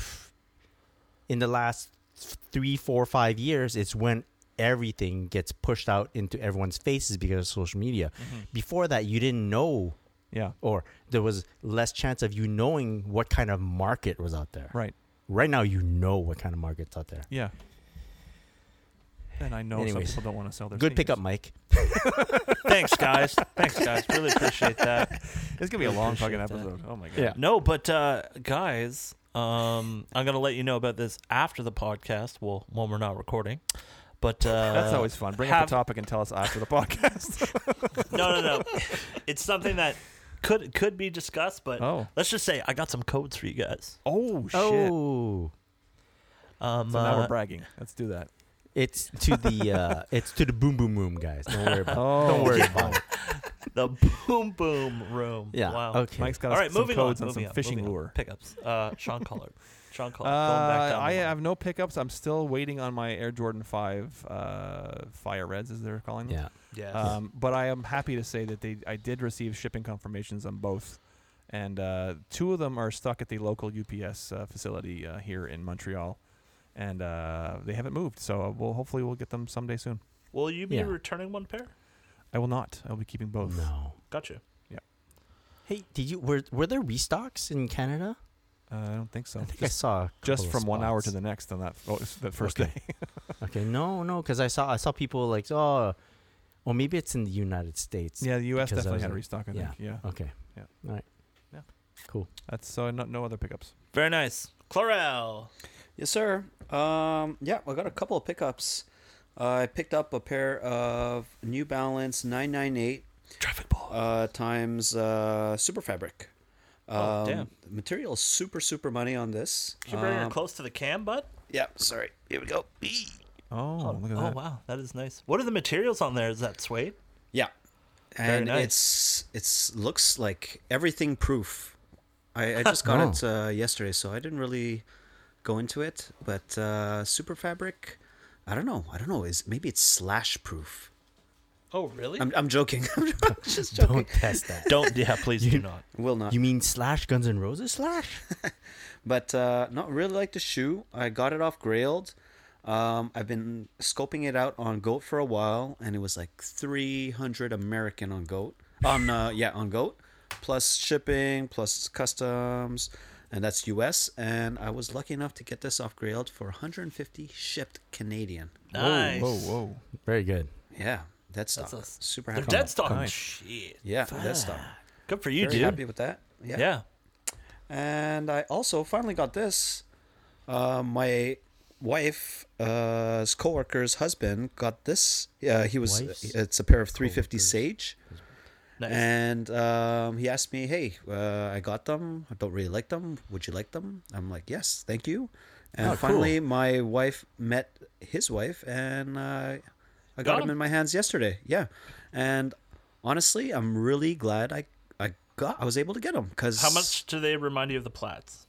S5: in the last three, four, five years, it's when everything gets pushed out into everyone's faces because of social media.
S4: Mm-hmm.
S5: Before that, you didn't know,
S4: Yeah.
S5: or there was less chance of you knowing what kind of market was out there.
S4: Right.
S5: Right now, you know what kind of market's out there.
S4: Yeah. And I know some
S5: Anyways.
S4: people don't want to sell their
S5: Good
S4: sneakers.
S5: pickup, Mike.
S2: Thanks, guys. Thanks, guys. Really appreciate that.
S4: It's gonna be a long fucking
S2: appreciate that.
S4: episode. Oh my god.
S5: Yeah.
S2: No, but uh, guys, um, I'm gonna let you know about this after the podcast. Well, when we're not recording. But uh,
S4: That's always fun. Bring up
S2: have-
S4: the topic and tell us after the podcast.
S2: no, no, no. It's something that could could be discussed, but
S4: Oh.
S2: let's just say I got some codes for you guys.
S4: oh shit.
S5: Oh,
S2: Um,
S4: So now
S2: uh,
S4: we're bragging. Let's do that.
S5: it's to the uh, it's to the boom boom boom guys. Don't worry about.
S4: Oh,
S5: Don't worry about. It.
S2: the boom boom room.
S5: Yeah.
S2: Wow.
S5: Okay.
S4: Mike's got
S2: All right,
S4: some
S2: moving
S4: codes
S2: on.
S4: and some
S2: moving on,
S4: fishing
S2: moving on.
S4: lure.
S2: pickups. Uh, Sean Collard. Sean Collard. going back
S4: Uh,
S2: down the
S4: I
S2: line.
S4: have no pickups. I'm still waiting on my Air Jordan Five uh, Fire Reds, as they're calling them.
S5: Yeah.
S2: Yes.
S4: Um, but I am happy to say that they I did receive shipping confirmations on both, and uh, two of them are stuck at the local UPS uh, facility uh, here in Montreal, and uh, they haven't moved. So we'll hopefully we'll get them someday soon.
S2: Will you be
S5: yeah.
S2: returning one pair?
S4: I will not. I will be keeping both.
S5: No.
S2: Gotcha.
S5: Hey, did you were were there restocks in Canada?
S4: Uh, I don't think so.
S5: I think I
S4: Just,
S5: saw a
S4: just
S5: couple
S4: from
S5: of
S4: one hour to
S5: spots.
S4: the next on that fo- that first
S5: Okay.
S4: day.
S5: Okay, no, no, because I saw I saw people like oh, or maybe it's in the United States.
S4: yeah, the US
S5: Because I
S4: definitely
S5: was
S4: had a
S5: like-
S4: restock. I
S5: yeah.
S4: think. Yeah.
S5: Okay.
S4: Yeah.
S5: All right.
S4: Yeah.
S5: Cool.
S4: That's so no, no other pickups.
S2: Very nice. Chlorel.
S3: Yes, sir. Um, yeah, I got a couple of pickups. Uh, I picked up a pair of New Balance 998
S2: Traffic ball.
S3: uh, times uh, Super Fabric. Um,
S2: Oh, damn.
S3: the Material is super, super money on this.
S2: Can you bring her
S3: Um,
S2: close to the cam, bud?
S3: yeah, sorry. Here we go. Eee.
S4: Oh, look at
S2: Oh
S4: that.
S2: wow, that is nice. What are the materials on there? Is that suede?
S3: Yeah, and
S2: nice.
S3: it's it's looks like everything proof. I, I just got
S5: Wow.
S3: it uh, yesterday, so I didn't really go into it. But uh, super fabric, I don't know. I don't know. Is maybe it's slash proof?
S2: Oh really?
S3: I'm I'm joking. I'm just joking.
S5: Don't test that.
S2: Don't. Yeah, please do not.
S3: Will not.
S5: You mean slash Guns N' Roses slash?
S3: but uh, not really like the shoe. I got it off Grailed. Um, I've been scoping it out on Goat for a while, and it was like 300 American on Goat. On uh, yeah, on Goat, plus shipping, plus customs, and that's U.S. And I was lucky enough to get this off Grailed for 150 shipped Canadian.
S2: Nice.
S4: Whoa, whoa.
S5: Very good.
S3: Yeah, dead stock.
S2: That's a
S3: super
S2: They're
S3: happy.
S2: dead stock.
S4: Nice.
S2: Shit.
S3: Yeah, dead stock.
S2: Good for you,
S3: Very
S2: dude.
S3: happy with that. Yeah.
S2: Yeah.
S3: And I also finally got this. Uh, my wife's uh, coworker's husband got this. Uh, he was.
S5: Wife's
S3: it's a pair of 350 Sage,
S2: Nice.
S3: and um, he asked me, "Hey, uh, I got them. I don't really like them. Would you like them?" I'm like, "Yes, thank you."
S2: Ah,
S3: And
S5: Oh,
S3: finally, my wife met his wife, and uh, I got,
S2: Got
S3: him
S2: him.
S3: in my hands yesterday. Yeah, and honestly, I'm really glad I I got I was able to get him because
S2: How much do they remind you of the plats?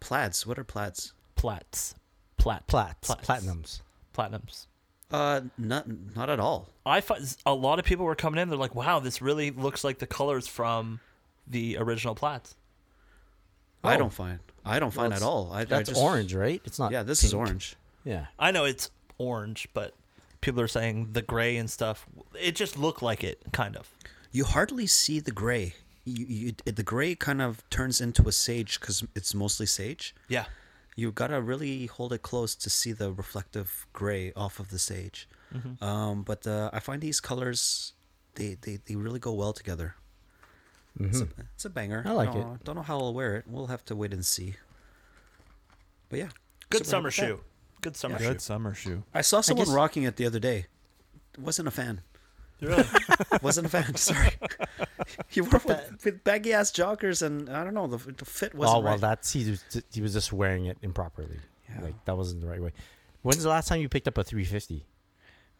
S3: plaids? What are plaids?
S2: Plats. Plat.
S5: Plats, platinums.
S2: Platinums.
S3: Uh, not not at all.
S2: I find a lot of people were coming in. They're like, "Wow, this really looks like the colors from the original plats."
S3: I don't find. I don't find at
S2: it's-
S3: all. I,
S5: Oh. That's
S3: I just,
S5: orange, right? It's not.
S3: Yeah, this is
S5: pink.
S3: orange.
S5: Yeah.
S2: I know it's orange, but people are saying the gray and stuff. It just looked like it, kind of.
S3: You hardly see the gray. You, you, it, the gray kind of turns into a sage because it's mostly sage.
S2: Yeah.
S3: You gotta really hold it close to see the reflective gray off of the sage.
S5: Mm-hmm.
S3: Um, but uh, I find these colors, they, they, they really go well together. It's, a, it's a banger.
S5: Mm-hmm. I like
S3: Don't- Don't know how I'll wear it. We'll have to wait and see. But yeah,
S2: Good
S3: super happy
S2: summer
S3: with that.
S2: shoe. Good summer
S4: Good
S2: shoe.
S4: summer shoe.
S3: I saw someone
S5: guess-
S3: rocking it the other day. Wasn't a fan.
S2: Really?
S3: Wasn't a fan. Sorry. He worked with, with baggy ass joggers, and I don't know. The, the fit wasn't
S5: Oh well,
S3: right.
S5: that's he was ju- he was just wearing it improperly. Like that wasn't the right way. When's the last time you picked up a 350?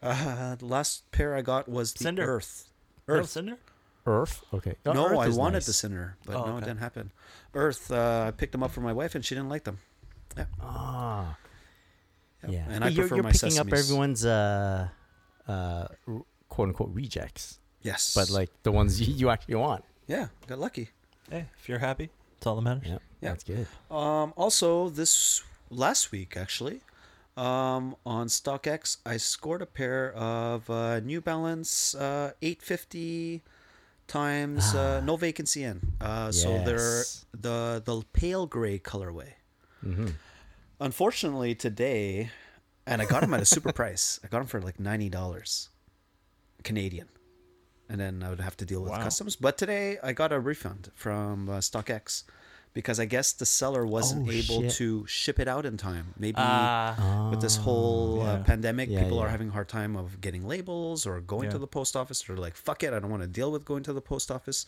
S3: Uh, the last pair I got was the
S2: Cinder.
S3: Earth.
S2: Earth Cinder?
S5: Earth? Okay. Oh,
S3: no,
S5: Earth
S3: I
S5: is
S3: wanted
S5: nice.
S3: the Cinder, but
S2: Oh,
S3: no, it
S2: okay.
S3: didn't happen. Earth, uh, I picked them up for my wife, and she didn't like them. Yeah,
S5: Ah,
S3: yeah.
S5: yeah.
S3: And I
S5: you're,
S3: prefer
S5: you're
S3: my
S5: picking up
S3: sesames.
S5: everyone's uh, uh, r- quote unquote rejects,
S3: Yes,
S5: but like the ones you, you actually want.
S3: yeah, got lucky.
S2: Hey, if you're happy, it's all that matters.
S5: Yeah,
S3: Yeah.
S5: that's good.
S3: Um, also, this last week, actually, um, on StockX, I scored a pair of uh, New Balance uh, 850 times uh, no vacancy in. Uh, So they're
S5: Yes.
S3: the the pale gray colorway. Unfortunately, today, and I got them at a super price. I got them for like ninety dollars, Canadian, and then I would have to deal with customs. But today, I got a refund from uh, StockX because I guess the seller wasn't
S5: Oh,
S3: able
S5: shit.
S3: to ship it out in time. Maybe
S2: Ah.
S3: with this whole uh, pandemic,
S5: Yeah,
S3: people are
S5: yeah.
S3: having a hard time of getting labels or going to
S4: Yeah.
S3: the post office. Or like, "Fuck it, I don't want to deal with going to the post office."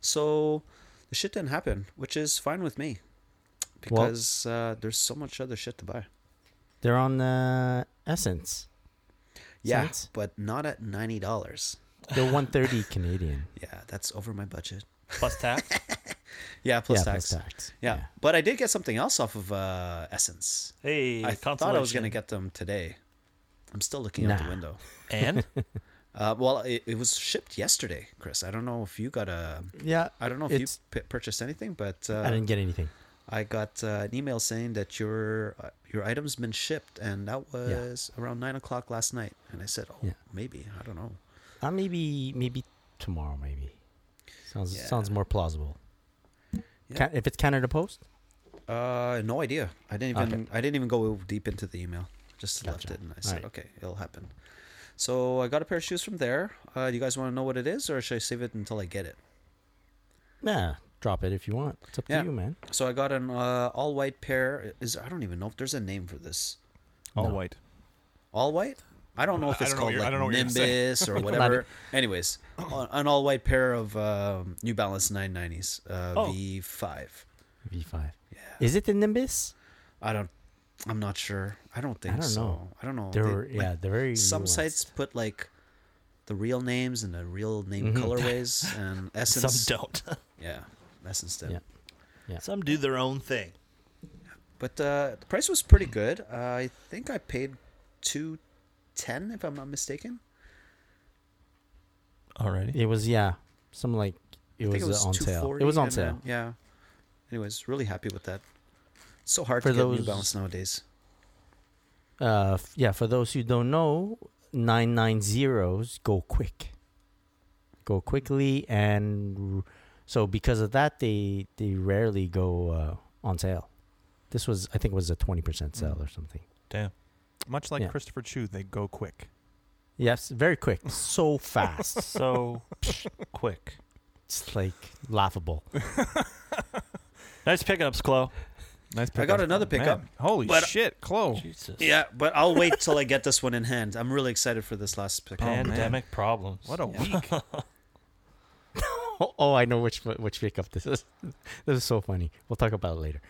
S3: So the shit didn't happen, which is fine with me
S5: Well-
S3: because uh, there's so much other shit to buy.
S5: They're on uh, Essence.
S3: Yeah,
S5: Sense.
S3: but not at ninety dollars.
S5: They're 130 Canadian.
S3: Yeah, that's over my budget.
S2: Plus tax.
S3: Yeah, plus
S5: yeah,
S3: tax.
S5: plus tax.
S3: Yeah. but I did get something else off of uh, Essence.
S2: Hey,
S3: I thought I was
S2: consolation.
S3: gonna get them today. I'm still looking out
S5: Nah.
S3: the window.
S2: And?
S3: Uh, well, it, it was shipped yesterday, Chris. I don't know if you got a.
S5: Yeah.
S3: I don't know if
S5: it's,
S3: you p- purchased anything, but
S5: I
S3: uh,
S5: didn't get anything.
S3: I, got uh, an email saying that your uh, your item's been shipped, and that was around nine o'clock last night. And I said, "Oh,
S5: Yeah.
S3: maybe I don't know."
S5: Uh, maybe maybe tomorrow. Maybe sounds
S3: Yeah.
S5: sounds more plausible.
S3: Yeah.
S5: Ca if it's Canada Post,
S3: Uh, no idea. I didn't even
S5: Okay.
S3: I didn't even go deep into the email. Just left
S5: Gotcha.
S3: it, and I
S5: All
S3: said,
S5: right.
S3: "Okay, it'll happen." So I got a pair of shoes from there. Uh, do you guys want to know what it is, or should I save it until I get it?
S5: nah, drop it if you want. It's up
S3: Yeah.
S5: to you, man.
S3: So I got an uh, all white pair. Is I don't even know if there's a name for this.
S4: All
S5: No.
S4: white.
S3: All white. I don't know if
S4: I
S3: it's
S4: don't know
S3: called
S4: what you're- I
S3: like
S4: don't know what you're gonna say.
S3: Nimbus or whatever. Anyways, a- an all white pair of um, New Balance 990s uh,
S2: Oh.
S3: V5.
S5: V five. Is it the Nimbus?
S3: I don't. I'm not sure. I don't think
S5: don't
S3: so.
S5: know.
S3: I don't know. They-
S5: They're
S3: like,
S5: yeah, they're very
S3: some
S5: nuanced.
S3: sites put like the real names and the real name
S5: Mm-hmm.
S3: colorways
S2: Some
S3: and essence.
S2: don't.
S3: Yeah, essence did.
S5: Yeah.
S2: Some do their own thing.
S3: But uh, the price was pretty good. Uh, I think I paid two ten, if I'm not mistaken.
S2: Alrighty.
S5: It was yeah, some like it
S3: I
S5: was,
S3: think
S5: uh, on sale. It was
S3: 240, and
S5: on
S3: then-
S5: sale.
S3: yeah. Anyways, really happy with that. So hard
S5: For
S3: to get New
S5: those-
S3: Balance nowadays.
S5: Uh, f- yeah. For those who don't know, nine nine zeros go quick, go quickly, and r- so because of that, they they rarely go uh, on sale. This was I think was a twenty percent sale
S3: Mm.
S5: or something.
S2: Damn.
S4: Much like
S5: Yeah.
S4: Christopher Chu, they go quick.
S5: Yes, very quick, so fast.
S2: So quick.
S5: it's like laughable.
S2: Nice pickups, Chloe.
S4: Nice
S3: I
S4: pickup.
S3: got another pickup.
S4: Man, holy
S3: But-
S4: shit, Chloe.
S2: Jesus.
S3: Oh. Yeah, but I'll wait till I get this one in hand. I'm really excited for this last pick.
S4: man.
S2: Pandemic problems.
S4: What a week.
S5: Oh, oh, I know which which pickup this is. This is so funny. We'll talk about it later.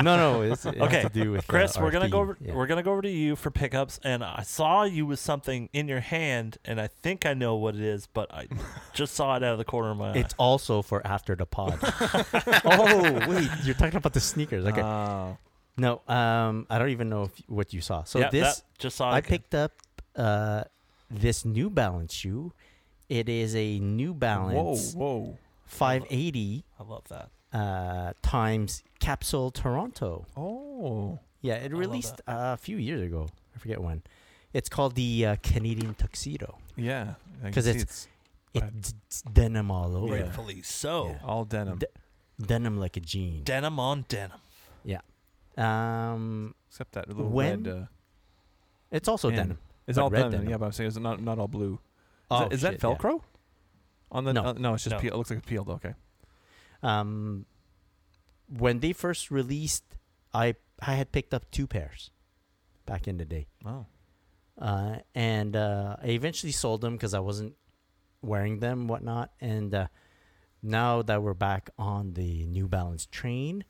S5: no, no, it's, it
S2: Okay,
S5: has to do with uh,
S2: Chris,
S5: our
S2: we're gonna go
S5: theme.
S2: over
S5: Yeah.
S2: we're gonna go over to you for pickups, and I saw you with something in your hand, and I think I know what it is, but I just saw it out of the corner of my eye.
S5: It's also for after the pod. oh wait, you're talking about the sneakers? Okay.
S2: Uh,
S4: Oh.
S5: no, um, I don't even know if, what you saw. So
S2: Yeah,
S5: this,
S2: that- just saw. it
S5: I
S2: again.
S5: picked up uh, this New Balance shoe. It is a New
S4: Whoa,
S5: Balance
S4: whoa.
S5: 580
S2: I love that.
S5: uh, times Capsule Toronto.
S4: Oh.
S5: Yeah, it
S2: love
S5: released uh, a few years ago. I forget when. It's called the uh, Canadian Tuxedo
S4: Yeah. I can
S5: 'Cause
S4: see
S5: it's-
S4: Right.
S5: it's denim all over.
S4: Yeah.
S2: Rightfully so.
S5: Yeah.
S4: all denim.
S5: De- denim like a jean.
S2: Denim on denim.
S5: um,
S4: Except that little
S5: When?
S4: red. Uh,
S5: it's also
S4: and-
S5: denim.
S4: It's
S5: But
S4: all
S5: red
S4: denim,
S5: denim.
S4: Yeah, but I'm saying it's not not all blue. Is,
S5: Oh,
S4: that, is that
S5: shit, yeah.
S4: Velcro? On the
S5: No.
S4: uh, no, it's just
S2: No.
S4: peel. It looks like it's peeled. Okay.
S5: Um, when they first released, I I had picked up two pairs back in the day,
S4: Oh.
S5: uh, and uh, I eventually sold them because I wasn't wearing them, whatnot. And uh, now that we're back on the New Balance train,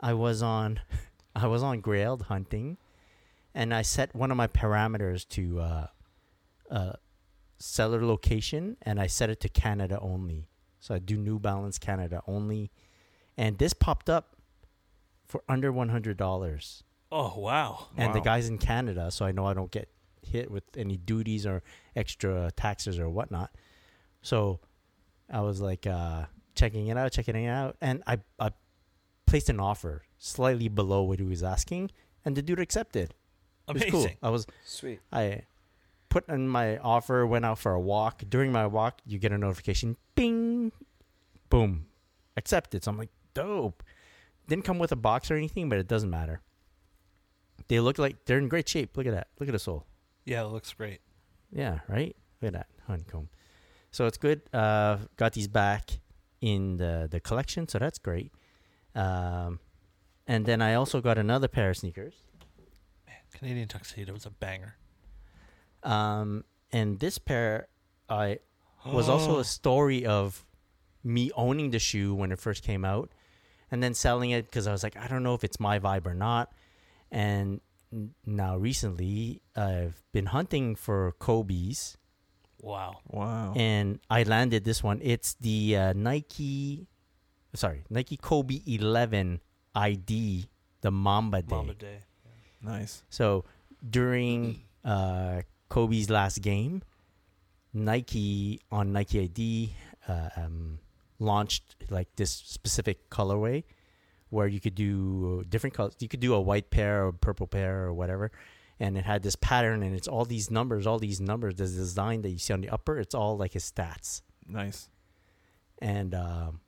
S5: I was on, I was on Grailed hunting, and I set one of my parameters to uh, uh, seller location, and I set it to Canada only. So I do New Balance Canada only, and this popped up for under one hundred dollars
S2: Oh wow.
S5: and the
S4: Wow.
S5: guy's in Canada, so I know I don't get hit with any duties or extra taxes or whatnot. So I was like uh, checking it out, checking it out, and I, I placed an offer slightly below what he was asking, and the dude accepted. It was
S2: Amazing.
S5: cool. I was
S3: Sweet.
S5: I put in my offer, went out for a walk. During my walk, you get a notification, bing, boom, accepted. So I'm like, dope. Didn't come with a box or anything, but it doesn't matter. They look like they're in great shape. Look at that. Look at the sole.
S2: Yeah, it looks great.
S5: Yeah, right. Look at that honeycomb. So it's good. Uh, got these back in the the collection, so that's great. Um, and then I also got another pair of sneakers.
S2: Canadian tuxedo is a banger.
S5: Um, and this pair, I was also a story of me owning the shoe when it first came out, and then selling it because I was like, I don't know if it's my vibe or not. And n- now recently, I've been hunting for Kobe's,
S2: Wow.
S4: Wow.
S5: and I landed this one. It's the uh, Nike, sorry, Nike Kobe 11 ID, the Mamba Day.
S2: Mama Day.
S4: nice.
S5: So during uh, Kobe's last game, Nike on Nike ID uh, um, launched like this specific colorway where you could do different colors. You could do a white pair or purple pair or whatever. And it had this pattern, and it's all these numbers, all these numbers. The design that you see on the upper, it's all like his stats
S4: Nice.
S5: and um,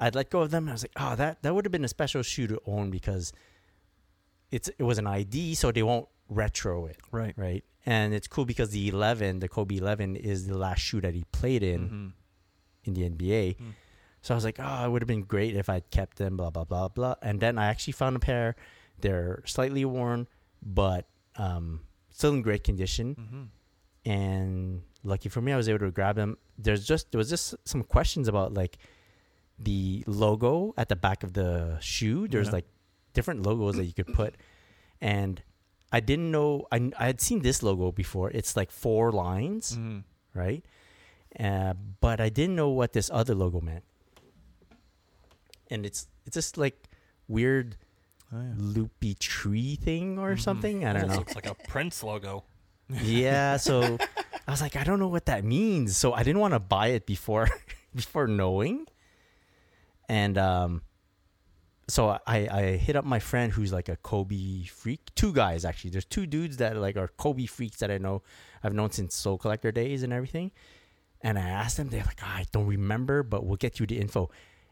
S5: I'd let go of them. I was like, oh, that that would have been a special shoe to own because it's it was an ID, so they won't retro it,
S4: Right.
S5: right? And it's cool because the eleven, the Kobe eleven, is the last shoe that he played
S4: Mhm.
S5: in in the NBA.
S4: Mm.
S5: So I was like, oh, it would have been great if I'd kept them, blah, blah, blah, blah. And then I actually found a pair. They're slightly worn, but um, still in great condition.
S4: Mhm.
S5: And lucky for me, I was able to grab them. There's just, there was just some questions about like the logo at the back of the shoe. There's
S4: Yeah.
S5: like different logos that you could put. And I didn't know, I, I had seen this logo before. It's like four lines
S4: Mhm.
S5: right? Uh, but I didn't know what this other logo meant, and it's it's just like weird
S4: Oh, yeah.
S5: loopy tree thing or
S4: Mhm.
S5: something. I don't
S2: Almost
S5: know.
S2: looks like a Prince logo.
S5: yeah, so I was like, I don't know what that means, so I didn't want to buy it before before knowing, and um. So I, I hit up my friend who's like a Kobe freak. Two guys actually. There's two dudes that like are Kobe freaks that I know I've known since Soul Collector days and everything. And I asked them, they're like, I don't remember, but we'll get you the info.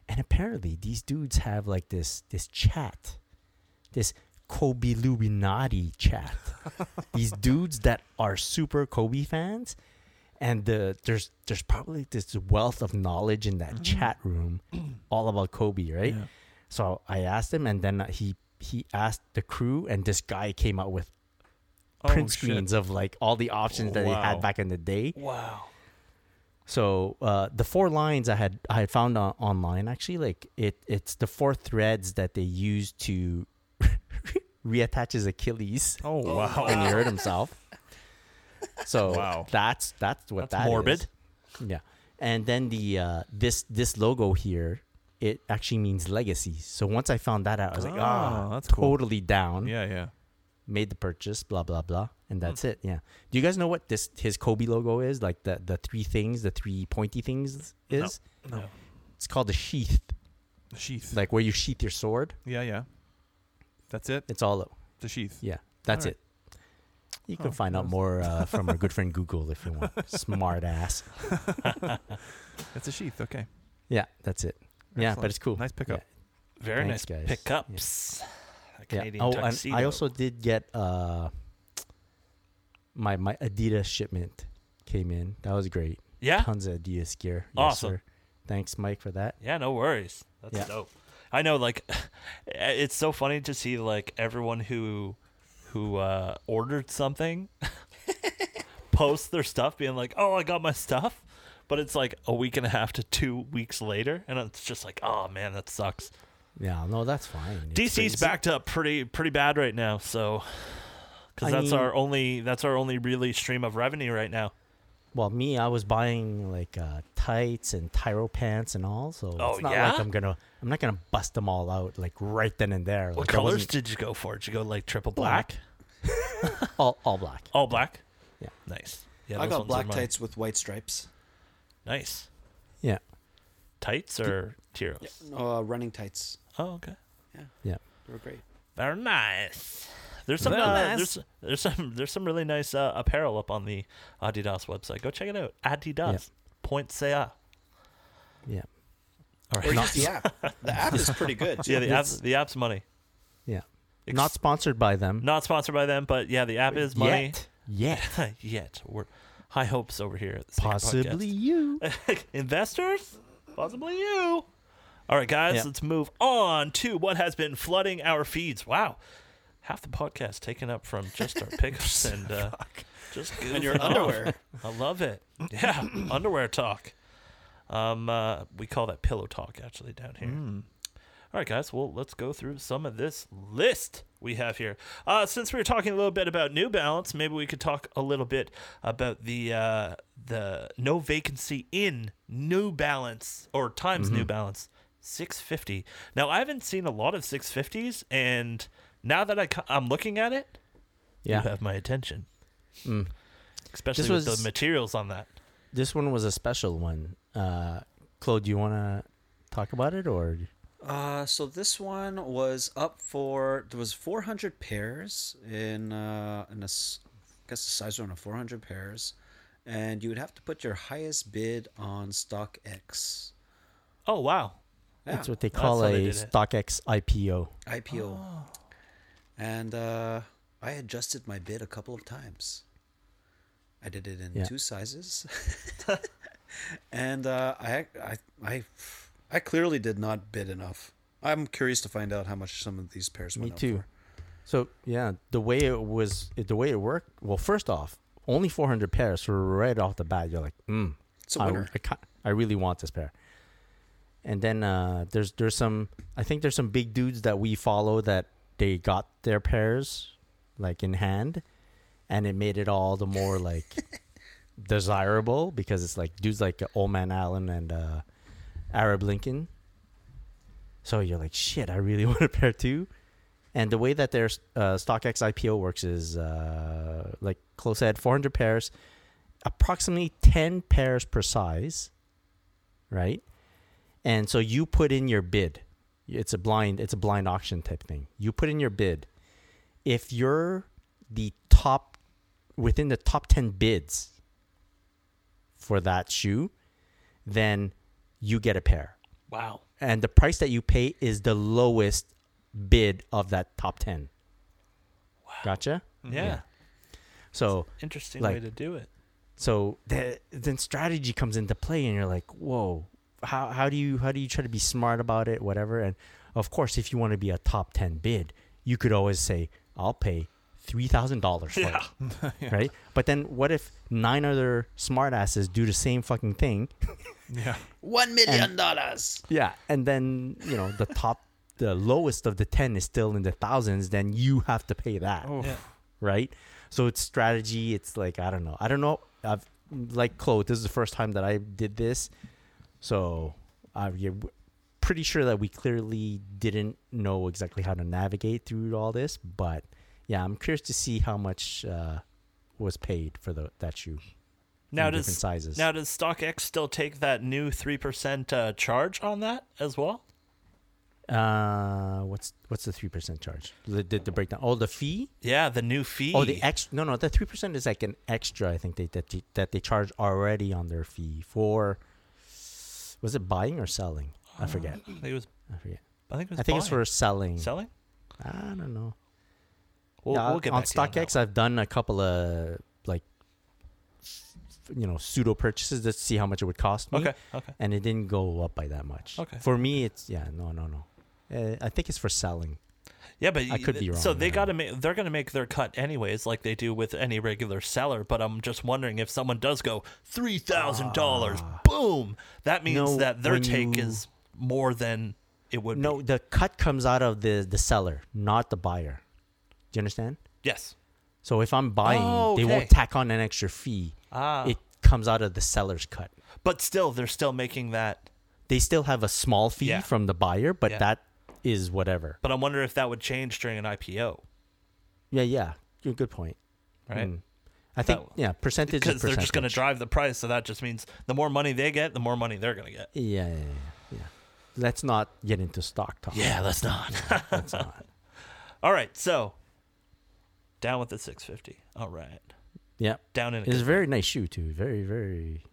S5: And apparently, these dudes have like this this chat, this Kobe Lubinati chat. these dudes that are super Kobe fans, and the there's there's probably this wealth of knowledge in that chat room, all about Kobe, right?
S4: Mm-hmm. Yeah.
S5: So I asked him, and then he he asked the crew, and this guy came out with
S4: Oh,
S5: print
S4: shit.
S5: screens of like all the options that they
S4: Wow.
S5: had back in the day.
S2: Wow.
S5: So uh, the four lines I had I had found on, online actually like it it's the four threads that they use to reattach his Achilles
S4: Oh wow.
S5: when he hurt himself. So
S4: Wow.
S5: that's that's what
S2: That's
S5: that is.
S2: morbid.
S5: Yeah, and then the uh, this this logo here it actually means legacy. So once I found that out, I was like,
S4: Oh,
S5: ah,
S4: that's cool.
S5: totally down.
S4: Yeah, yeah.
S5: Made the purchase, blah blah blah, and that's
S2: Hmm.
S5: it. Yeah. Do you guys know what this his Kobe logo is? Like the the three things, the three pointy things is.
S2: No.
S4: No.
S2: No.
S5: It's called the sheath,
S4: The sheath.
S5: like where you sheath your sword.
S4: yeah, yeah. That's it.
S5: It's all
S4: The sheath.
S5: yeah. That's
S4: Alright.
S5: it. You can
S4: Oh,
S5: find out
S4: nice.
S5: more uh, from our good friend Google if you want. Smart ass.
S4: It's a sheath. Okay.
S5: Yeah, that's it. Yeah,
S4: Excellent.
S5: but it's cool.
S4: Nice pickup.
S2: Very nice
S5: Thanks, guys.
S2: pickups. A
S5: Yeah.
S2: Canadian
S5: Oh, and
S2: tuxedo.
S5: I also did get uh, my my Adidas shipment came in. That was great.
S2: yeah.
S5: Tons of Adidas gear. Yes,
S2: Awesome.
S5: sir. Thanks, Mike, for that.
S2: Yeah, no worries. That's
S5: Yeah.
S2: dope. I know, like, it's so funny to see like everyone who who uh, ordered something post their stuff, being like, "Oh, I got my stuff," but it's like a week and a half to two weeks later, and it's just like, oh man, that sucks.
S5: Yeah, no, that's fine. It's
S2: DC's
S5: crazy.
S2: backed up pretty pretty bad right now, so because
S5: I
S2: that's
S5: mean-
S2: our only that's our only really stream of revenue right now.
S5: Well, me, I was buying like uh, tights and tyro pants and all, so
S2: Oh,
S5: it's not
S2: yeah?
S5: like I'm gonna, I'm not gonna bust them all out like right then and there.
S2: What
S5: Like, I
S2: colors
S5: wasn't-
S2: did you go for? Did you go like triple black,
S5: Black. All, all black.
S2: all black?
S5: Yeah.
S2: nice. Yeah,
S3: I
S2: those
S3: got
S2: ones are
S3: black
S2: mine.
S3: tights with white stripes.
S2: Nice
S5: Yeah,
S2: tights or tiros?
S3: Uh, running tights.
S2: Oh, okay.
S5: yeah.
S3: They were great.
S2: They're nice. There's some
S5: They're
S2: uh,
S5: nice.
S2: there's there's some there's some really nice uh, apparel up on the Adidas website. Go check it out. Adidas point say
S5: Yeah,
S2: All
S3: Or
S2: right.
S3: use the app. The app is pretty good.
S2: yeah, the app's, the app's money.
S5: yeah.
S2: Ex-
S5: Not sponsored by them.
S2: Not sponsored by them, but yeah, the app is money.
S5: Yet, yet,
S2: Yet. We're high hopes over here. At the Sneaker Podcast.
S5: possibly you.
S2: investors, possibly you. All right, guys,
S5: Yeah.
S2: let's move on to what has been flooding our feeds. Wow, half the podcast taken up from just our pickups and uh, just
S3: And your
S2: goofing off.
S3: underwear.
S2: I love it. Yeah, underwear talk. Um, uh, we call that pillow talk actually down here.
S3: Hmm.
S2: All right, guys. Well, let's go through some of this list we have here. Uh, since we were talking a little bit about New Balance, maybe we could talk a little bit about the uh, the no vacancy in New Balance or times
S5: Mm-hmm.
S2: New Balance 650. Now, I haven't seen a lot of 650s, and now that I, am looking at it,
S5: Yeah. Mm.
S2: you have my attention. Especially
S5: This
S2: with
S5: was-
S2: the materials on that.
S5: This one was a special one. Uh, Claude, do you want to talk about it or?
S3: Uh, so this one was up for there was 400 pairs in uh, in a s- I guess the size round of 400 pairs, and you would have to put your highest bid on StockX
S2: Oh, wow.
S5: That's
S3: Yeah.
S5: what they
S2: That's
S5: call
S2: how
S5: a
S2: they did it.
S5: StockX IPO.
S3: IPO,
S5: Oh.
S3: and uh, I adjusted my bid a couple of times. I did it in
S5: Yeah.
S3: two sizes, and uh, I, I I I clearly did not bid enough. I'm curious to find out how much some of these pairs
S5: Me
S3: went up
S5: too.
S3: for.
S5: So yeah, the way it was, the way it worked. Well, first off, only 400 pairs. So right off the bat, you're like, mm,
S3: It's a
S5: I,
S3: winner.
S5: I, ca- I really want this pair. And then uh, there's there's some I think there's some big dudes that we follow that they got their pairs like in hand, and it made it all the more like desirable because it's like dudes like uh, Old Man Allen and uh, Arab Lincoln. So you're like, shit, I really want a pair too. And the way that their uh, StockX IPO works is uh, like close said, 400 pairs, approximately 10 pairs per size, right? And so you put in your bid. It's a blind, it's a blind auction type thing. You put in your bid. If you're the top within the top 10 bids for that shoe, then you get a pair
S2: Wow.
S5: and the price that you pay is the lowest bid of that top 10 gotcha
S2: Yeah.
S5: so
S2: Interesting
S5: Mm, Like-
S2: way to do it.
S5: so the, then strategy comes into play and you're like whoa how, how do you how do you try to be smart about it whatever and of course if you want to be a top 10 bid you could always say i'll pay $3000 for it right but then what if nine other smartasses do the same fucking thing
S4: Yeah.
S3: One million dollars.
S5: Yeah, and then you know the top, the lowest of the ten is still in the thousands. Then you have to pay that,
S4: Oh.
S2: Yeah.
S5: right? So it's strategy. It's like I don't know. I don't know. I've like Chloe. This is the first time that I did this, so I'm pretty sure that we clearly didn't know exactly how to navigate through all this. But yeah, I'm curious to see how much uh, was paid for the that shoe.
S2: Now
S5: in
S2: does
S5: different sizes.
S2: now does StockX still take that new three percent uh, charge on that as well?
S5: Uh, what's what's the three percent charge? The, the, the breakdown. Oh, the fee.
S2: Yeah, the new fee.
S5: Oh, the ex no no the three percent is like an extra. I think they that they, that they charge already on their fee for. Was it buying or selling? I forget.
S2: I think it was.
S5: I forget.
S2: I think it was.
S5: I think it's
S2: Uh, buying.
S5: for selling.
S2: selling.
S5: I don't know.
S2: We'll,
S5: Yeah,
S2: we'll get
S5: on
S2: back to you that
S5: StockX. I've done a couple of like, you know, pseudo purchases just to see how much it would cost me.
S2: one. Okay. Okay.
S5: And it didn't go up by that much.
S2: Okay.
S5: For me, it's yeah, no, no, no. Uh, I think it's for selling.
S2: Yeah, but
S5: I could be
S2: So
S5: wrong
S2: they
S5: on
S2: got to make they're going to make their cut anyways, like they do with any regular seller. But I'm just wondering if someone does go three thousand dollars, boom, that means
S5: Ah. No,
S2: that their
S5: when
S2: take
S5: you-
S2: is more than it would.
S5: No,
S2: be.
S5: the cut comes out of the the seller, not the buyer. Do you understand?
S2: yes,
S5: So if I'm buying,
S2: Oh,
S5: they
S2: okay.
S5: won't tack on an extra fee.
S2: Ah.
S5: It comes out of the seller's cut.
S2: but still, they're still making that.
S5: They still have a small fee
S2: Yeah.
S5: from the buyer, but
S2: Yeah.
S5: that is whatever.
S2: But I wonder if that would change during an IPO,
S5: Yeah, yeah. Good, good point.
S2: right?
S5: Mm. I think
S2: That-
S5: yeah, percentage is
S2: Because they're just going to
S5: percentage.
S2: drive the price, so that just means the more money they get, the more money they're going to get.
S5: Yeah, yeah, yeah, yeah. Let's not get into stock talk.
S2: Yeah, that's not.
S5: Let's not.
S2: All right, so down with the 650. All right,
S5: Yeah,
S2: down in. A
S5: it's a very nice shoe too. Very, very.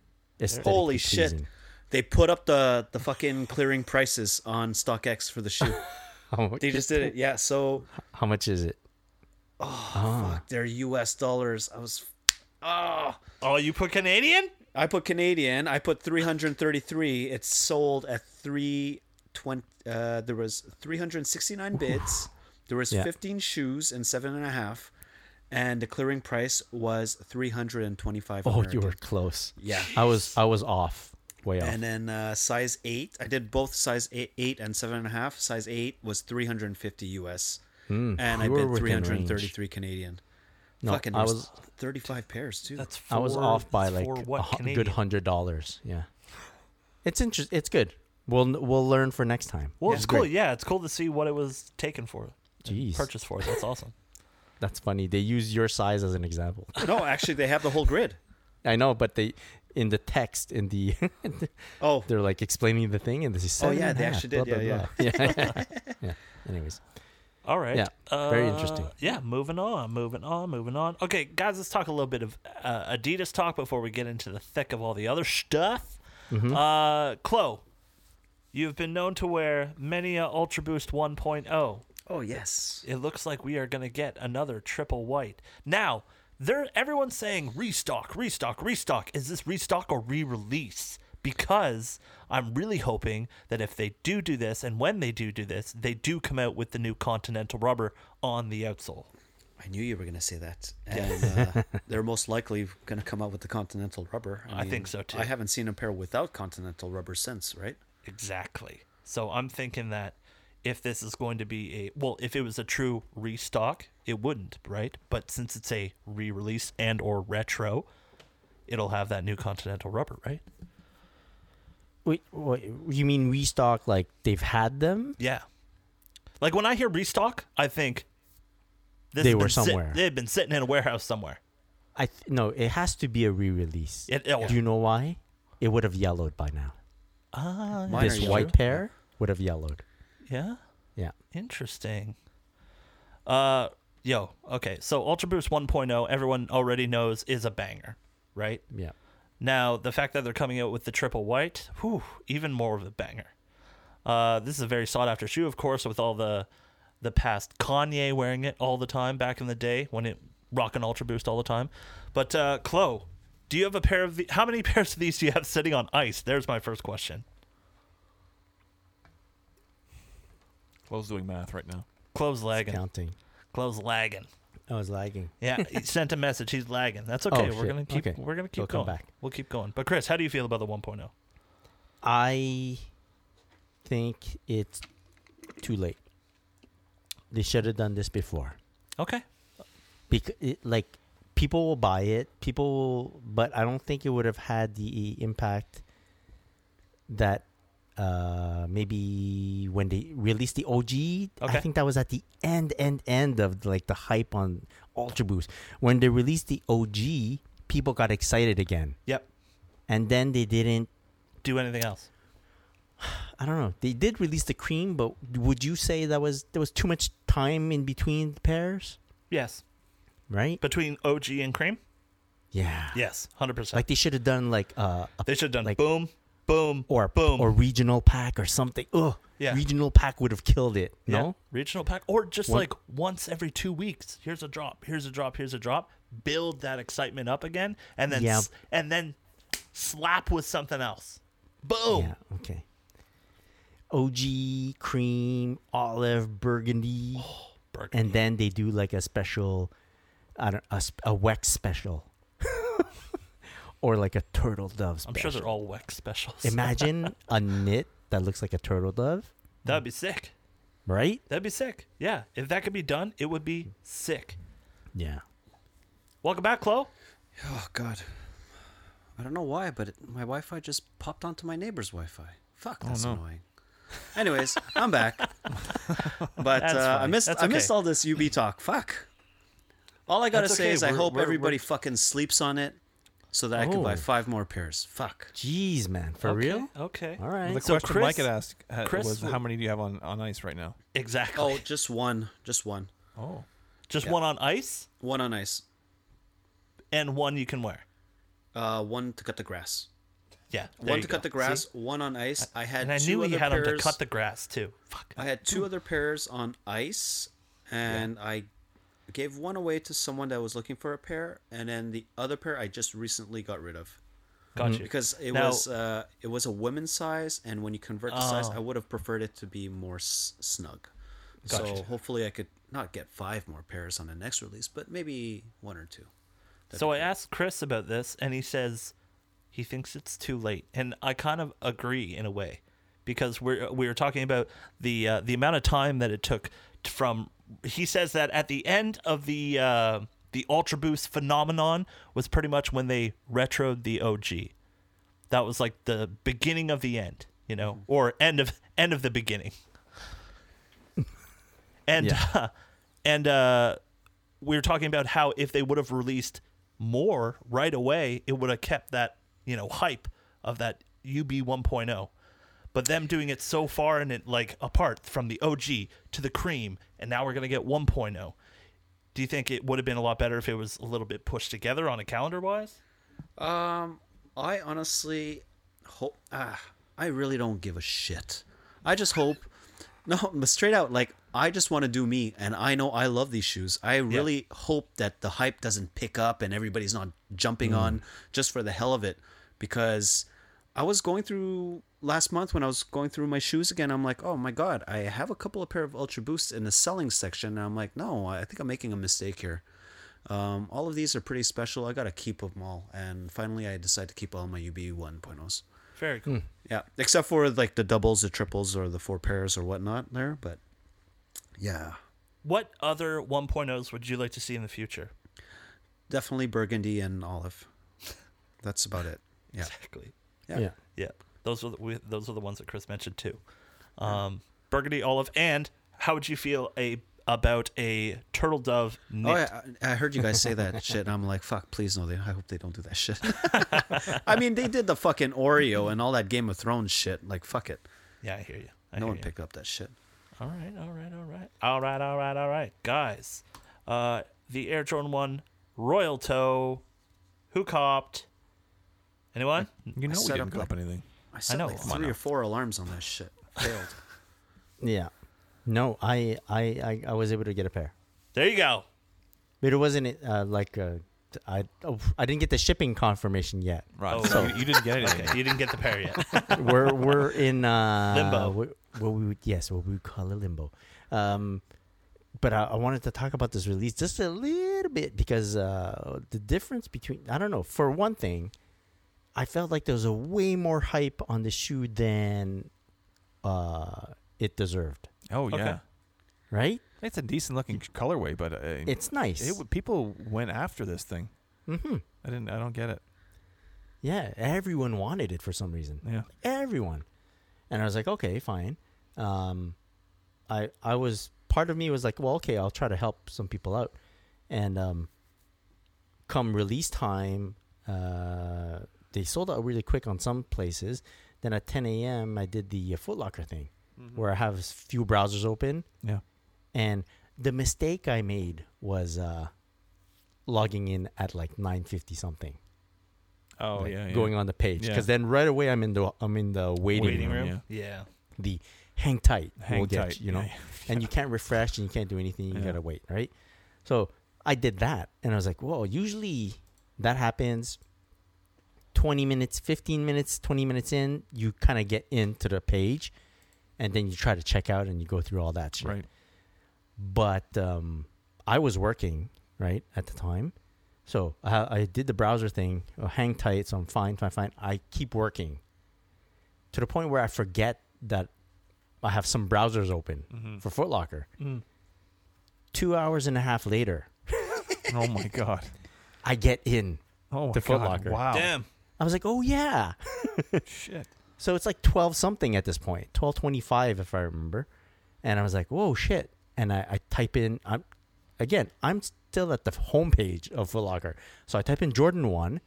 S5: aesthetically
S3: Holy shit.
S5: pleasing.
S3: They put up the the fucking clearing prices on StockX for the shoe.
S5: How much,
S3: They just did it. Yeah, so
S5: how much is it?
S3: fuck, they're US dollars. I was Oh,
S2: oh, you put Canadian?
S3: I put Canadian. I put 333. It sold at 320. Uh, there was 369 bids. There was
S5: Yeah.
S3: 15 shoes and seven and a half, and the clearing price was 325.
S5: Oh, you
S3: American.
S5: were close.
S3: Yeah.
S5: I was. I was off. Way off.
S3: And then uh, size eight, I did both size eight, eight and seven and a half. Size eight was 350 US, and I
S5: Hmm. you were
S3: bid
S5: within
S3: 333 Canadian.
S5: No,
S3: Fucking,
S5: I
S3: I was
S5: was-
S3: 35 pairs too.
S2: That's for,
S5: I was off by
S2: that's
S5: like
S2: for
S5: a
S2: what
S5: hu-
S2: Canadian?
S5: good hundred dollars. Yeah. It's interesting. It's good. We'll we'll learn for next time.
S2: Well,
S3: Yeah,
S2: it's
S3: it's
S2: cool.
S3: great.
S2: Yeah, it's cool to see what it was taken for,
S5: Jeez,
S2: purchased for. That's awesome.
S5: that's funny. They use your size as an example.
S3: no, actually, they have the whole grid.
S5: I know, but they in the text in the
S3: Oh,
S5: they're like explaining the thing and this is
S3: Oh,
S5: seven
S3: yeah,
S5: and a
S3: they
S5: half,
S3: actually did.
S5: blah,
S3: Yeah,
S5: blah, blah. yeah. yeah. Anyways,
S2: All right.
S5: Yeah, very interesting.
S2: Uh, Yeah, moving on, moving on, moving on. Okay, guys, let's talk a little bit of uh, Adidas talk before we get into the thick of all the other stuff.
S5: Mm-hmm.
S2: Uh, Chloe, you've been known to wear many a Ultra Boost 1.0.
S3: oh yes.
S2: It looks like we are going to get another triple white. Now, there everyone's saying restock, restock, restock. Is this restock or re-release? Because I'm really hoping that if they do do this and when they do do this, they do come out with the new Continental rubber on the outsole.
S3: I knew you were going to say that. And, uh, they're most likely going to come out with the continental rubber.
S2: I think so, too.
S3: I haven't seen a pair without continental rubber since, right?
S2: Exactly. So I'm thinking that if this is going to be a well, if it was a true restock, it wouldn't, right? But since it's a re-release and or retro, it'll have that new Continental rubber, right?
S5: wait, what, you mean restock? Like they've had them?
S2: Yeah. Like when I hear restock, I think this
S5: They
S2: has
S5: were
S2: been sit-
S5: somewhere.
S2: they've been sitting in a warehouse somewhere.
S5: I th- no, it has to be a re-release.
S2: It- oh.
S5: Do you know why? It would have yellowed by now.
S2: Ah,
S3: Mine
S5: this
S3: are
S5: white
S3: yellow.
S5: pair would have yellowed.
S2: yeah.
S5: Yeah.
S2: Interesting. Uh, yo, okay. So Ultra Boost 1.0, everyone already knows is a banger, right?
S5: Yeah.
S2: Now, the fact that they're coming out with the triple white, whew, even more of a banger. Uh, this is a very sought after shoe, of course, with all the the past Kanye wearing it all the time back in the day when it rocking Ultra Boost all the time. But uh, Chloe, do you have a pair of the? How many pairs of these do you have sitting on ice? There's my first question.
S4: Close doing math right now.
S2: Chloe's lagging.
S5: Counting.
S2: Chloe's lagging.
S5: I was lagging.
S2: Yeah, he sent a message. He's lagging. That's okay. we're
S5: Oh, shit.
S2: gonna keep.
S5: Okay.
S2: We're gonna keep
S5: He'll
S2: going.
S5: come back.
S2: We'll keep going. But Chris, how do you feel about the oh? 1.0?
S5: I think it's too late. They should have done this before.
S2: Okay.
S5: because it, like people will buy it people will but i don't think it would have had the impact that uh maybe when they released the og
S2: Okay.
S5: i think that was at the end end end of like the hype on ultra boost when they released the og people got excited again
S2: Yep.
S5: and then they didn't
S2: Do anything else?
S5: i don't know they did release the cream but would you say that was there was too much time in between the pairs
S2: Yes.
S5: right
S2: Between OG and cream.
S5: yeah
S2: Yes, hundred percent.
S5: like they should have done like uh, a
S2: They should have done
S5: like-
S2: boom, boom,
S5: or
S2: boom,
S5: or regional pack or something. Ugh,
S2: Yeah.
S5: regional pack would have killed it.
S2: Yeah,
S5: No,
S2: regional pack, or just
S5: One-
S2: like once every two weeks. Here's a drop. Here's a drop. Here's a drop. Build that excitement up again, and then
S5: Yeah.
S2: s- and then slap with something else. Boom.
S5: yeah,
S2: Oh,
S5: okay. OG cream, olive, burgundy,
S2: Burgundy.
S5: and then they do like a special, I don't a, sp- a Wex special, or like a turtle dove.
S2: I'm
S5: Special.
S2: sure they're all Wex specials.
S5: Imagine a knit that looks like a turtle dove,
S2: That'd be sick.
S5: right?
S2: That'd be sick. Yeah, if that could be done, it would be sick.
S5: Yeah.
S2: Welcome back, Chloe.
S3: Oh God. I don't know why, but it, my Wi-Fi just popped onto my neighbor's Wi-Fi. Fuck,
S2: Oh,
S3: that's
S4: no.
S3: annoying. Anyways, I'm back. But
S2: That's
S3: uh, I
S2: funny.
S3: missed
S2: That's
S3: I missed
S2: okay.
S3: all this UB talk. Fuck. All I gotta
S2: That's
S3: say
S2: okay.
S3: is I
S2: We're-
S3: hope
S2: we're- we're-
S3: everybody fucking sleeps on it, so that I can buy
S5: Oh.
S3: five more pairs. Fuck.
S5: Jeez, man, for
S2: okay,
S5: real?
S2: Okay.
S5: All
S4: The
S5: right.
S2: So
S4: question Mike
S2: Chris-
S4: had asked ha-
S2: Chris
S4: was
S2: w-
S4: how many do you have on, on ice right now?
S2: Exactly.
S3: Oh, just one, just one,
S4: Oh,
S2: Just one on ice
S3: one on ice,
S2: and one you can wear.
S3: uh, one to cut the grass,
S2: Yeah. there
S3: one
S2: you
S3: to
S2: go.
S3: cut the grass,
S2: See?
S3: one on ice. I had
S2: And I
S3: two
S2: knew he
S3: other
S2: had
S3: pairs.
S2: him to cut the grass too. Fuck.
S3: I had two other pairs on ice, and I gave one away to someone that was looking for a pair, and then the other pair I just recently got rid of
S2: Got you.
S3: because Mm-hmm. it
S2: Now-
S3: was uh, it was a women's size, and when you convert to
S2: Oh.
S3: size, I would have preferred it to be more s- snug. So
S2: Gotcha.
S3: hopefully I could not get five more pairs on the next release, but maybe one or two.
S2: So I asked Chris about this, and he says he thinks it's too late, and I kind of agree in a way, because we're uh, we were talking about the uh, the amount of time that it took t- from. He says that at the end of the uh, the Ultra Boost phenomenon was pretty much when they retroed the OG. That was like the beginning of the end, you know, or end of end of the beginning. and uh, and uh, we were talking about how if they would have released more right away, it would have kept that you know hype of that UB 1.0. oh. But them doing it so far and it like apart from the OG to the cream, and now we're gonna get 1.0. Do you think it would have been a lot better if it was a little bit pushed together on a calendar wise?
S3: Um, I honestly hope. Ah, I really don't give a shit. I just hope. No, but straight out, like I just want to do me, and I know I love these shoes. I really hope that the hype doesn't pick up and everybody's not jumping on just for the hell of it, because I was going through last month when I was going through my shoes again. I'm like, oh my god, I have a couple of pair of Ultra Boosts in the selling section, and I'm like, no, I think I'm making a mistake here. Um, all of these are pretty special. I gotta keep them all, and finally, I decide to keep all my UB 1.0s.
S2: Very cool.
S3: Yeah, except for like the doubles, the triples, or the four pairs or whatnot there. But yeah,
S2: What other 1.0s would you like to see in the future?
S3: definitely burgundy and olive. That's about it. Yeah,
S2: Exactly.
S3: yeah.
S5: Yeah.
S2: Yeah, those were the, we, those were the ones that Chris mentioned too. Um, Burgundy olive, and how would you feel a about a turtle dove knit?
S3: Oh, yeah, I, I heard you guys say that shit, and I'm like, fuck, please no. They, I hope they don't do that shit. I mean, they did the fucking Oreo and all that Game of Thrones shit. Like, fuck it.
S2: Yeah, I hear you. I hear
S3: No one
S2: you.
S3: picked up that shit.
S2: All right, all right, all right, all right, all right, all right, guys. Uh, the Air Jordan One Royal Toe, who copped? Anyone?
S4: you know we
S3: set
S4: didn't
S3: up
S4: cop anything.
S3: I set
S2: know,
S3: like
S2: come on
S3: three
S2: now.
S3: or four alarms on that shit. Failed.
S5: Yeah. No, I, I, I, I was able to get a pair,
S2: There you go.
S5: but it wasn't uh, like uh, t- I, oh, I didn't get the shipping confirmation yet.
S4: Right.
S2: Oh,
S4: so
S2: right.
S4: you, you didn't get anything.
S2: Okay, you didn't get the pair yet.
S5: we're we're in uh,
S2: Limbo.
S5: wh- What we would yes, what we would call a limbo. Um, but I, I wanted to talk about this release just a little bit because uh, the difference between I don't know. For one thing, I felt like there was a way more hype on the shoe than uh, it deserved.
S4: Oh yeah,
S2: Okay.
S5: Right?
S4: it's a decent looking colorway, but uh, it,
S5: It's nice.
S4: it w- people went after this thing.
S5: mm-hmm.
S4: I didn't. I don't get it.
S5: Yeah, everyone wanted it for some reason.
S4: Yeah.
S5: everyone. And I was like, okay, fine. Um, I I was part of me was like, well, okay, I'll try to help some people out. And um, come release time, uh, they sold out really quick on some places. Then at 10 a.m., I did the uh, Foot Locker thing,
S4: Mm-hmm.
S5: where I have a few browsers open.
S4: Yeah.
S5: And the mistake I made was uh, logging in at like 9:50 something,
S4: Oh
S5: like,
S4: yeah, yeah.
S5: going on the page,
S4: Yeah.
S5: because then right away I'm in the I'm in the waiting,
S2: Waiting
S5: room
S2: room. Yeah.
S5: the hang tight
S4: Hang
S5: will
S4: tight.
S5: get you, you know
S4: Yeah,
S5: and you can't refresh and you can't do anything you
S4: Yeah.
S5: gotta wait right so i did that and i was like whoa usually that happens 20 minutes 15 minutes 20 minutes in you kind of get into the page and then you try to check out and you go through all that shit
S4: Right.
S5: but um, I was working right at the time, so I, I did the browser thing. Oh, hang tight, so I'm fine, fine, fine. I keep working to the point where I forget that I have some browsers open for Foot Locker. Two hours and a half later,
S4: Oh my god.
S5: I get in.
S4: Oh my
S5: To Foot
S4: god.
S5: Locker.
S4: Wow.
S2: Damn.
S5: I was like, oh yeah.
S4: Shit.
S5: So it's like 12 something at this point, 1225 if I remember. And I was like, whoa, shit. And I, I type in, I'm, again, I'm still at the homepage of Foot Locker. So I type in Jordan 1.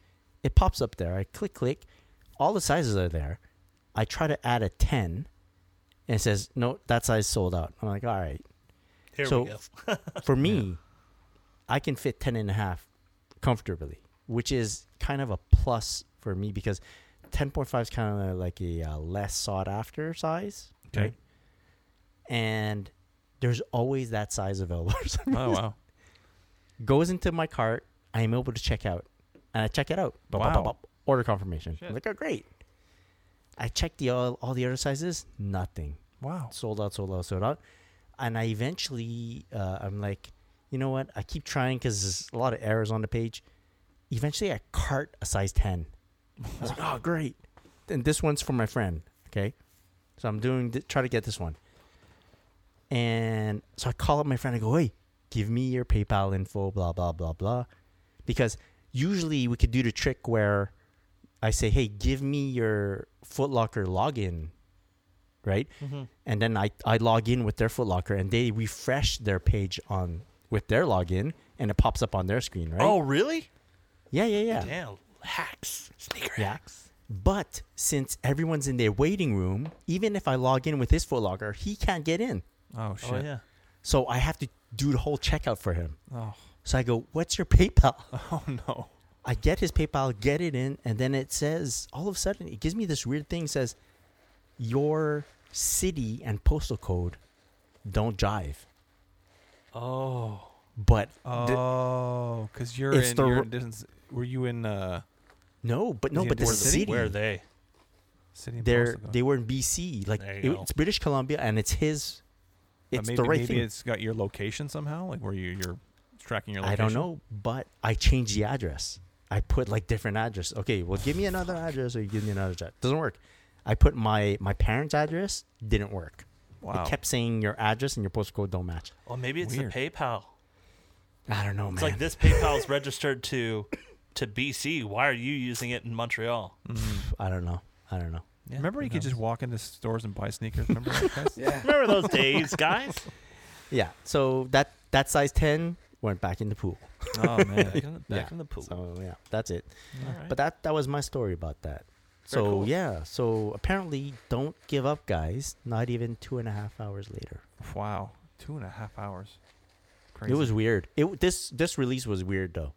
S5: It pops up there. I click, click. All the sizes are there. I try to add a 10. And it says, no, that size sold out. I'm like, all right.
S2: Here
S5: So-
S2: we go.
S5: For me, I can fit 10 and a half comfortably, which is kind of a plus for me because 10.5 is kind of like a uh, less sought after size.
S4: Okay.
S5: Right. And there's always that size available. for some
S4: Oh wow.
S5: goes into my cart. I am able to check out, and I check it out. Bop, bop,
S4: Wow.
S5: bop, bop. order confirmation.
S4: Shit.
S5: I'm like, oh, great. I checked the all, all the other sizes. Nothing
S4: Wow.
S5: sold out, sold out, sold out. And I eventually, uh, I'm like, you know what? I keep trying because there's a lot of errors on the page. Eventually, I cart a size 10. I was like, oh, great. And this one's for my friend. Okay. So I'm doing, th- try to get this one. And so I call up my friend. I go, hey, give me your PayPal info, blah, blah, blah, blah. Because usually we could do the trick where I say, hey, give me your Foot Locker login, right?
S2: Mm-hmm.
S5: And then I, I log in with their Foot Locker and they refresh their page on with their login and it pops up on their screen, right?
S2: Oh, really?
S5: yeah, yeah, yeah.
S2: Damn. Hacks. Sneaker
S5: Yeah.
S2: hacks.
S5: But since everyone's in their waiting room, even if I log in with his Foot Locker, he can't get in.
S4: Oh shit.
S2: Oh, yeah.
S5: So I have to do the whole checkout for him.
S4: Oh.
S5: So I go, what's your PayPal?
S4: Oh no.
S5: I get his PayPal, get it in, and then it says all of a sudden it gives me this weird thing says your city and postal code don't jive.
S2: Oh.
S5: But th-
S4: Oh, because you're
S5: It's
S4: in.
S5: the
S4: you're
S5: ro-
S4: in distance, were you in uh,
S5: no, but
S4: Is
S5: no,
S4: he
S5: but
S4: in
S5: the
S4: Where Boulder?
S5: city
S2: Where are they?
S4: City? and
S5: they're
S4: Postal Code?
S5: they were in BC, like
S2: There you
S5: it-
S2: go.
S5: it's British Columbia, and it's his.
S4: But
S5: It's
S4: maybe,
S5: the right
S4: maybe
S5: thing.
S4: it's got your location somehow, like where you you're tracking your.
S5: I
S4: location.
S5: don't know, but I changed the address. I put like different address. Okay, well, give me another address, or you give me another address. Doesn't work. I put my my parents' address. Didn't work.
S4: Wow.
S5: It kept saying your address and your postal code don't match.
S2: Oh, maybe it's
S4: Weird.
S2: the PayPal.
S5: I don't know, man.
S2: It's like this PayPal's registered to to BC. Why are you using it in Montreal?
S5: I don't know. I don't know.
S4: Mm. Remember, you could just walk into stores and buy sneakers. Remember that? guys?
S3: Yeah.
S2: Remember those days, guys?
S5: Yeah. So that that size ten went back in the pool.
S4: Oh man.
S2: Back in the, back
S5: Yeah.
S2: in the pool.
S5: So yeah, that's it.
S2: All right.
S5: But that that was my story about
S2: Very
S5: that. so
S2: cool.
S5: yeah. So apparently, don't give up, guys. Not even two and a half hours later.
S4: wow. Two and a half hours. Crazy.
S5: It was weird. It w- this this release was weird though.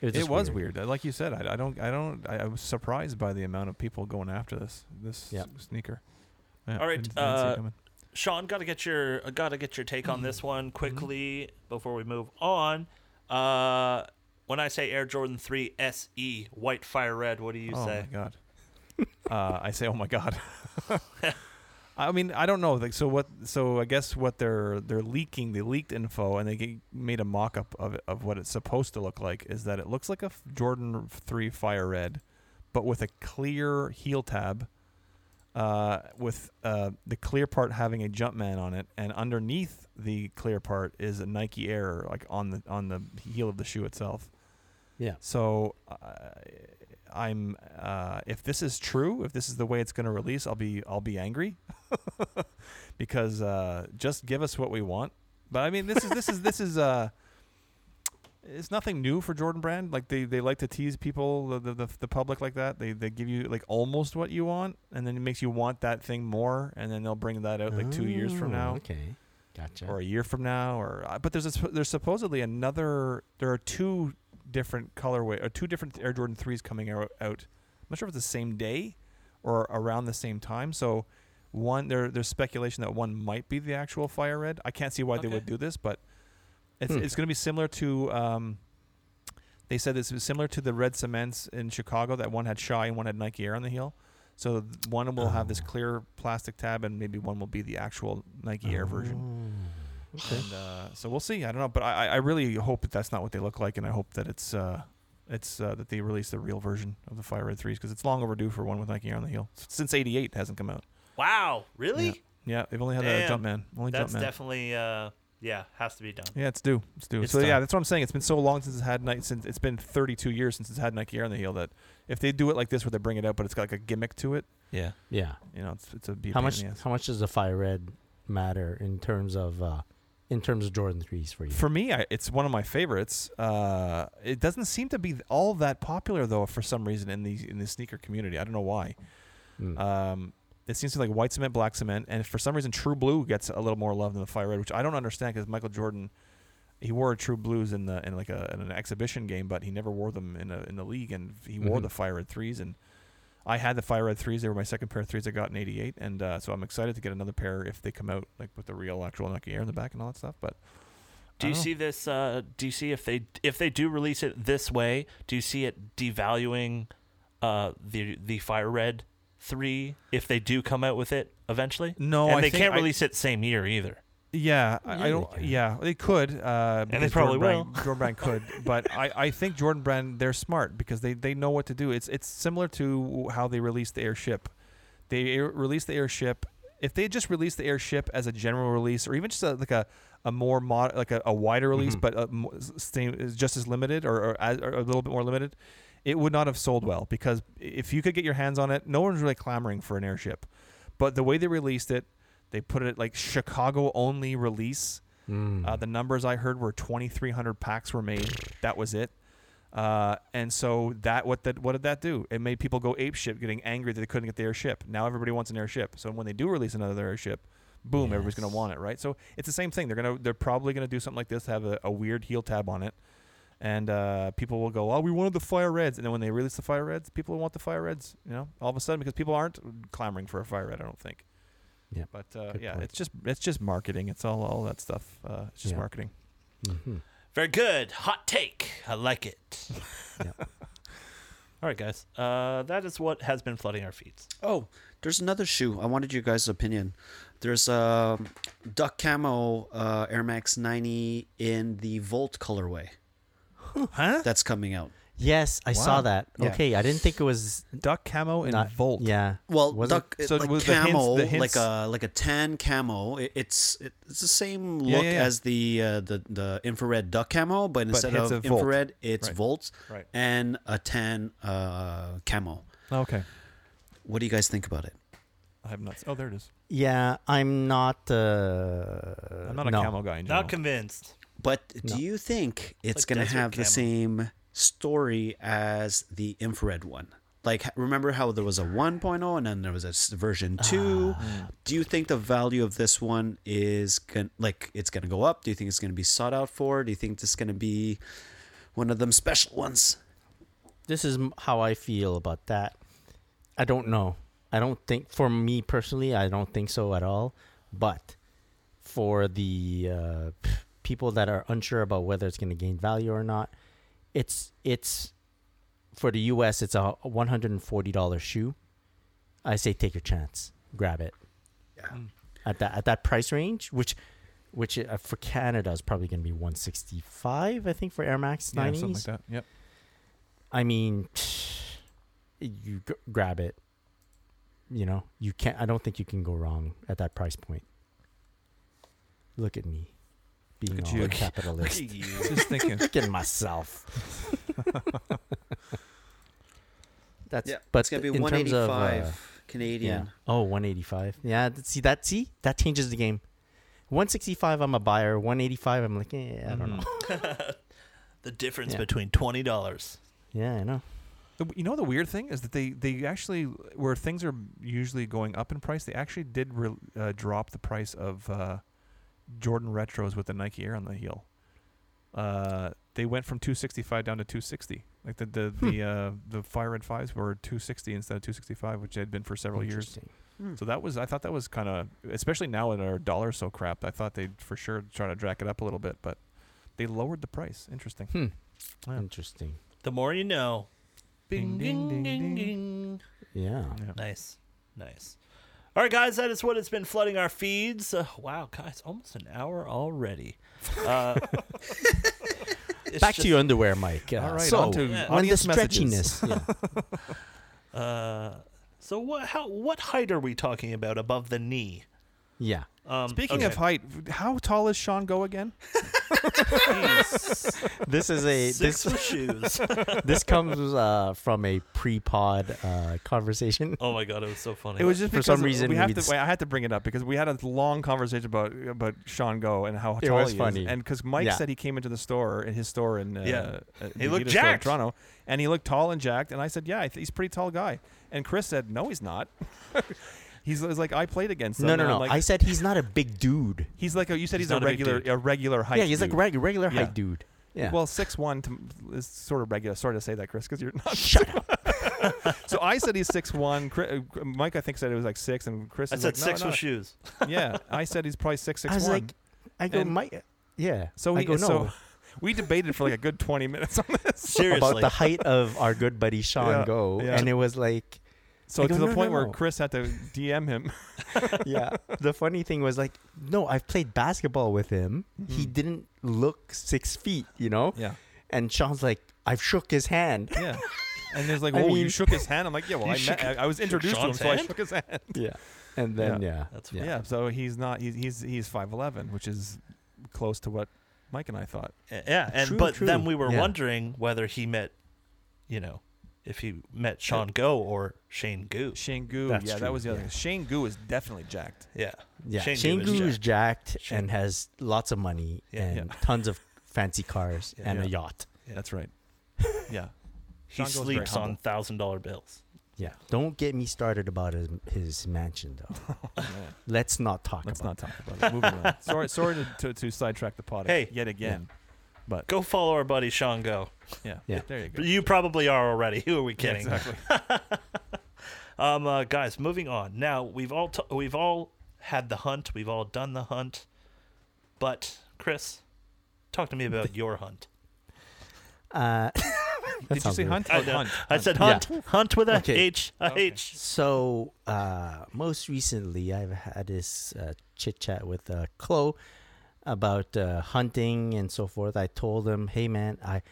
S4: It
S5: just
S4: was weird. Uh, Like you said, I, I don't. I don't. I, I was surprised by the amount of people going after this this
S5: Yep.
S4: s- sneaker. Yeah,
S2: All right,
S4: didn't- didn't see it
S2: uh,
S4: coming.
S2: Sean, gotta get your uh, gotta get your take on this one
S4: Mm-hmm.
S2: quickly before we move on. Uh, when I say Air Jordan Three SE White Fire Red, what do you
S4: oh
S2: say?
S4: my god. uh, I say, oh my god. I mean, I don't know. Like, so what? So I guess what they're they're leaking, they leaked info, and they g made a mock-up of it, of what it's supposed to look like. Is that it looks like a f- Jordan Three Fire Red, but with a clear heel tab, uh, with uh, the clear part having a Jumpman on it, and underneath the clear part is a Nike Air, like on the on the heel of the shoe itself.
S5: Yeah.
S4: So uh, I'm uh, if this is true, if this is the way it's going to release, I'll be I'll be angry because uh, just give us what we want. But I mean, this is this is this is uh, it's nothing new for Jordan Brand. Like they, they like to tease people, the, the the the public like that. They they give you like almost what you want, and then it makes you want that thing more, and then they'll bring that out like two years from
S5: Oh,
S4: now
S5: Okay. Gotcha.
S4: or a year from now or uh, but there's a, sup- there's supposedly another there are two different colorway or two different Air Jordan 3s coming out, out. I'm not sure if it's the same day or around the same time so one there there's speculation that one might be the actual fire red I can't see why they
S2: Okay.
S4: would do this but it's
S5: Hmm.
S4: it's going to be similar to um they said this was similar to the red cements in Chicago that one had Shy and one had Nike Air on the heel so th- one will have this
S5: Oh. Oh.
S4: clear plastic tab and maybe one will be the actual Nike Air version And uh, so we'll see. I don't know, but I, I- I really hope that that's not what they look like, and I hope that it's uh, it's uh, that they release the real version of the Fire Red threes because it's long overdue for one with Nike on the heel S- since '88 it hasn't come out.
S2: Wow, really?
S4: Yeah. Yeah, they've only had a
S2: Damn.
S4: Jumpman, only
S2: That's
S4: Jumpman.
S2: definitely uh, yeah, has to be done.
S4: yeah, it's due. It's due.
S2: It's
S4: so yeah,
S2: done.
S4: that's what I'm saying. It's been so long since it's had Nike. Since it's been 32 years since it's had Nike Air on the heel that if they do it like this where they bring it out, but it's got like a gimmick to it,
S2: Yeah.
S5: Yeah.
S4: you know, it's it's a be a
S5: How
S4: pain
S5: much?
S4: in the ass.
S5: How much does the fire red matter in terms of uh, in terms of Jordan threes for you?
S4: For me, I, it's one of my favorites. Uh, it doesn't seem to be all that popular though, for some reason in the in the sneaker community. I don't know why.
S5: Mm.
S4: Um, it seems to be like white cement, black cement, and for some reason, true blue gets a little more love than the fire red, which I don't understand because Michael Jordan, he wore true blues in the in like a in an exhibition game, but he never wore them in a in the league, and he wore
S5: Mhm.
S2: Mm-hmm.
S4: the fire red threes and. I had the fire red threes. They were my second pair of threes I got in '88, and uh, so I'm excited to get another pair if they come out like with the real actual Nike Air in the back and all that stuff. But
S2: Do you
S4: I don't know.
S2: see this? Uh, do you see if they if they do release it this way? Do you see it devaluing uh, the the Fire Red three if they do come out with it eventually?
S4: No,
S2: and
S4: I
S2: they
S4: think
S2: can't
S4: I-
S2: release it same year either.
S4: Yeah, I,
S5: they
S4: I don't.
S5: can.
S4: yeah, they could. Uh,
S2: they
S4: because
S2: probably
S4: Jordan
S2: will.
S4: Brand, Jordan Brand could, but I, I think Jordan Brand they're smart because they, they know what to do. It's it's similar to how they released the airship. They air, released the airship. If they had just released the airship as a general release, or even just a, like a, a more mod, like a, a wider
S2: Mm-hmm.
S4: release, but a, mo- s- same, is just as limited or or, as, or a little bit more limited, it would not have sold well because if you could get your hands on it, no one's really clamoring for an airship. But the way they released it, they put it like Chicago only release. Uh, the numbers I heard were 2,300 packs were made. That was it. Uh, and so that what that what did that do? It made people go ape shit, getting angry that they couldn't get the airship. Now everybody wants an airship. So when they do release another airship, boom, everybody's gonna
S5: Yes.
S4: want it, right? So it's the same thing. They're gonna they're probably gonna do something like this, have a, a weird heel tab on it, and uh, people will go, oh, we wanted the fire reds, and then when they release the fire reds, people want the fire reds, you know, all of a sudden because people aren't clamoring for a fire red, I don't think.
S5: Yep.
S4: But uh,
S5: Good
S4: yeah,
S5: point.
S4: it's just it's just marketing. It's all all that stuff. Uh, it's just
S5: Yeah.
S4: marketing.
S5: Mhm.
S2: Very good, hot take. I like it. All right, guys. Uh, that is what has been flooding our feeds.
S3: Oh, there's another shoe. I wanted your guys' opinion. There's a duck camo uh, Air Max 90 in the Volt colorway
S4: Huh?
S3: that's coming out.
S5: Yes, I
S4: Wow.
S5: saw that.
S3: Yeah.
S5: Okay, I didn't think it was
S4: Duck camo and
S5: not
S4: volt.
S5: Yeah.
S3: Well,
S5: Was it-
S3: duck
S4: so
S3: so like
S4: with the hints-
S3: camo,
S4: the hints-
S3: like a like a tan camo. It, it's it, it's the same
S4: Yeah,
S3: look
S4: yeah, yeah.
S3: as the uh, the the infrared duck camo, but instead
S4: it's
S3: of
S4: a Volt.
S3: infrared, it's
S4: Right.
S3: volts
S4: Right.
S3: and a tan uh, camo.
S4: Okay.
S3: What do you guys think about it?
S4: I have not. s- Oh, there it is.
S5: Yeah, I'm not. Uh,
S4: I'm not a
S5: no.
S4: camo guy. In
S2: Not
S4: general.
S2: convinced.
S3: But
S5: No.
S3: do you think it's
S2: Like
S3: going to
S2: desert
S3: have
S2: camo.
S3: the same story as the infrared one? Like, h- remember how there was a 1.0 and then there was a s- version 2?
S5: Ah.
S3: do you think the value of this one is going like it's going to go up? Do you think it's going to be sought out for? Do you think this is going to be one of them special ones?
S5: This is m- how I feel about that. I don't know. I don't think for me personally, I don't think so at all. But for the uh, p- people that are unsure about whether it's going to gain value or not, it's it's for the U.S. It's a one hundred and forty dollar shoe. I say take your chance, grab it.
S3: Yeah.
S4: Mm.
S5: At that at that price range, which which uh, for Canada is probably going to be one sixty five. I think for Air Max
S4: Yeah,
S5: nineties.
S4: something like that. Yep.
S5: I mean, you g- grab it. You know, you can't. I don't think you can go wrong at that price point. Look at me, being
S4: Look at
S5: all
S4: you.
S5: capitalist,
S4: Just thinking.
S5: getting myself. That's
S3: Yeah,
S5: but
S3: it's going to be
S5: in terms of, uh,
S3: 185
S5: yeah.
S3: Canadian.
S5: Oh, 185. Yeah, th- see that see? That changes the game. 165 I'm a buyer, 185 I'm like, eh,
S4: Hmm.
S5: I don't
S4: Mm-hmm.
S5: know.
S2: The difference
S5: Yeah.
S2: between twenty dollars.
S5: Yeah, I know.
S4: The- You know the weird thing is that they they actually where things are usually going up in price, they actually did re- uh, drop the price of uh, Jordan retros with the Nike Air on the heel. Uh, they went from 265 down to 260. Like the the the uh, the Fire Red Fives were 260 instead of 265, which had been for several years.
S5: Interesting.
S4: So that was I thought that was kind of especially now in our dollar so crap. I thought they'd for sure try to drag it up a little bit, but they lowered the price. Interesting.
S5: Hmm.
S4: Yeah.
S5: Interesting.
S2: The more you know.
S4: Ding, ding, ding, ding.
S5: Yeah.
S4: Yeah.
S2: Nice, nice. All right, guys, that is what it's been flooding our feeds. Uh, wow, guys, almost an hour already. Uh, it's
S5: Back
S2: just-
S5: to your underwear, Mike. Uh,
S4: All right,
S5: so
S4: on to
S2: Yeah.
S5: on the
S4: audience messages.
S5: stretchiness, yeah.
S2: Uh, so what? How? What height are we talking about above the knee?
S5: yeah.
S2: Um,
S4: Speaking of
S2: okay.
S4: height, how tall is Sean Go again?
S2: Jeez.
S5: This is a
S2: six
S5: this
S2: with shoes.
S5: this comes uh, from a pre-pod uh, conversation.
S2: Oh my god, it was so funny.
S4: It was just
S5: For
S4: because
S5: some reason
S4: we have
S5: we'd
S4: to.
S5: s-
S4: wait, I had to bring it up because we had a long conversation about about Sean Go and how
S5: It
S4: tall
S5: was
S4: he
S5: funny.
S4: is, and because Mike
S5: Yeah.
S4: said he came into the store in his store in uh,
S2: Yeah.
S4: uh,
S2: He looked
S4: the Adidas store in
S2: jacked.
S4: Toronto, and he looked tall and jacked, and I said, yeah, I th- he's a pretty tall guy, and Chris said, no, he's not. he's, he's like I played against him.
S5: no,
S4: and
S5: no,
S4: I'm
S5: no.
S4: Like,
S5: I said he's not a big dude.
S4: he's like a, you said
S2: He's
S4: he's,
S2: not
S4: a
S2: a big
S4: regular
S2: dude.
S4: a regular height.
S5: yeah, he's
S4: dude.
S5: like reg- regular
S4: Yeah.
S5: height dude. Yeah.
S4: Well, six one to, is sort of regular. Sorry to say that, Chris, because you're not.
S5: shut up.
S4: so I said he's six one. Chris, Mike, I think said it was like six, and Chris.
S2: I
S4: is
S2: said
S4: like, "No,
S2: six
S4: no."
S2: with shoes.
S4: Yeah, I said he's probably six six
S5: I was
S4: one.
S5: like, I go,
S4: And-
S5: Mike. Yeah.
S4: So
S5: I
S4: he
S5: go, no.
S4: so we debated for like a good twenty minutes on this.
S2: Seriously,
S5: about the height of our good buddy Sean
S4: Yeah,
S5: Go,
S4: yeah.
S5: and it was like,
S4: So
S5: I
S4: to
S5: go,
S4: the
S5: "No,
S4: point
S5: no,
S4: where
S5: no."
S4: Chris had to DM him.
S5: yeah. the funny thing was like, no, I've played basketball with him. He
S4: Mhm.
S5: didn't look six feet, you know.
S4: Yeah,
S5: And Sean's like, I've shook his hand.
S4: yeah. And he's like,
S5: I
S4: "Whoa, you
S5: mean-
S4: shook his hand." I'm like, "Yeah, well,
S2: You
S4: I,
S2: shook-
S4: met, I, I was introduced to him,
S2: Sean's
S4: so I
S2: hand?
S4: shook his hand."
S5: yeah. And then yeah,
S2: That's
S4: Yeah. so he's not. He's he's he's five eleven, which is close to what Mike and I thought.
S2: Eh, yeah. And
S5: True,
S2: but then
S5: true.
S2: we were
S5: Yeah.
S2: wondering whether he met, you know, if he met Sean Go or Shane Goo.
S4: Shane Goo,
S5: That's
S4: yeah,
S5: true,
S4: that was the other
S5: yeah.
S4: thing. Shane Goo is definitely jacked.
S2: Yeah,
S5: Yeah,
S2: Shane
S5: Shane,
S2: Goo is
S5: Goo is jacked,
S2: Shane-
S5: and has lots of money
S2: Yeah,
S5: and tons of fancy cars
S2: Yeah.
S5: and
S4: Yeah.
S5: a yacht.
S2: Yeah.
S4: That's right. Yeah,
S2: he
S4: Sean Go's very
S2: sleeps on
S4: humble.
S2: thousand dollar bills.
S5: Yeah, don't get me started about his, his mansion though.
S2: Oh,
S4: Yeah.
S5: Let's not talk
S4: Let's
S5: about.
S4: not talk about it. Moving on. Sorry, sorry to, to, to sidetrack the pod.
S2: Hey.
S4: yet again. But
S2: Go follow our buddy Sean Go.
S4: yeah,
S5: Yeah.
S4: there you go.
S2: You probably are already. Who are we kidding?
S4: Exactly.
S2: Um, uh, guys, moving on. Now we've all t- we've all had the hunt. We've all done the hunt. But Chris, talk to me about your hunt.
S5: It. Uh, that
S4: Did you
S5: sounds
S4: say
S5: weird.
S4: hunt?
S2: I
S4: Oh,
S2: know.
S4: hunt.
S2: I
S4: hunt.
S2: said
S5: Yeah.
S2: hunt, hunt with a H, a
S5: Okay.
S2: H.
S4: Okay.
S5: So, uh, most recently, I've had this uh, chit chat with uh, Chloe about uh, hunting and so forth. I told him, "Hey, man, I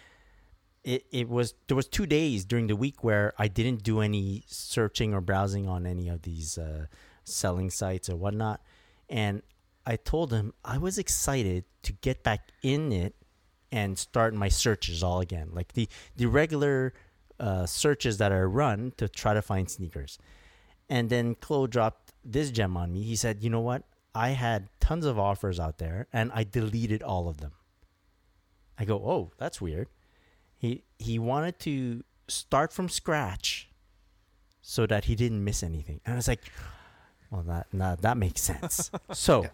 S5: it, it was there was two days during the week where I didn't do any searching or browsing on any of these uh, selling sites or whatnot." And I told him I was excited to get back in it and start my searches all again, like the the regular uh, searches that I run to try to find sneakers. And then Chloe dropped this gem on me. He said, "You know what? I had tons of offers out there, and I deleted all of them." I go, "Oh, that's weird." He he wanted to start from scratch, so that he didn't miss anything. And I was like, "Well, that that, that makes sense." so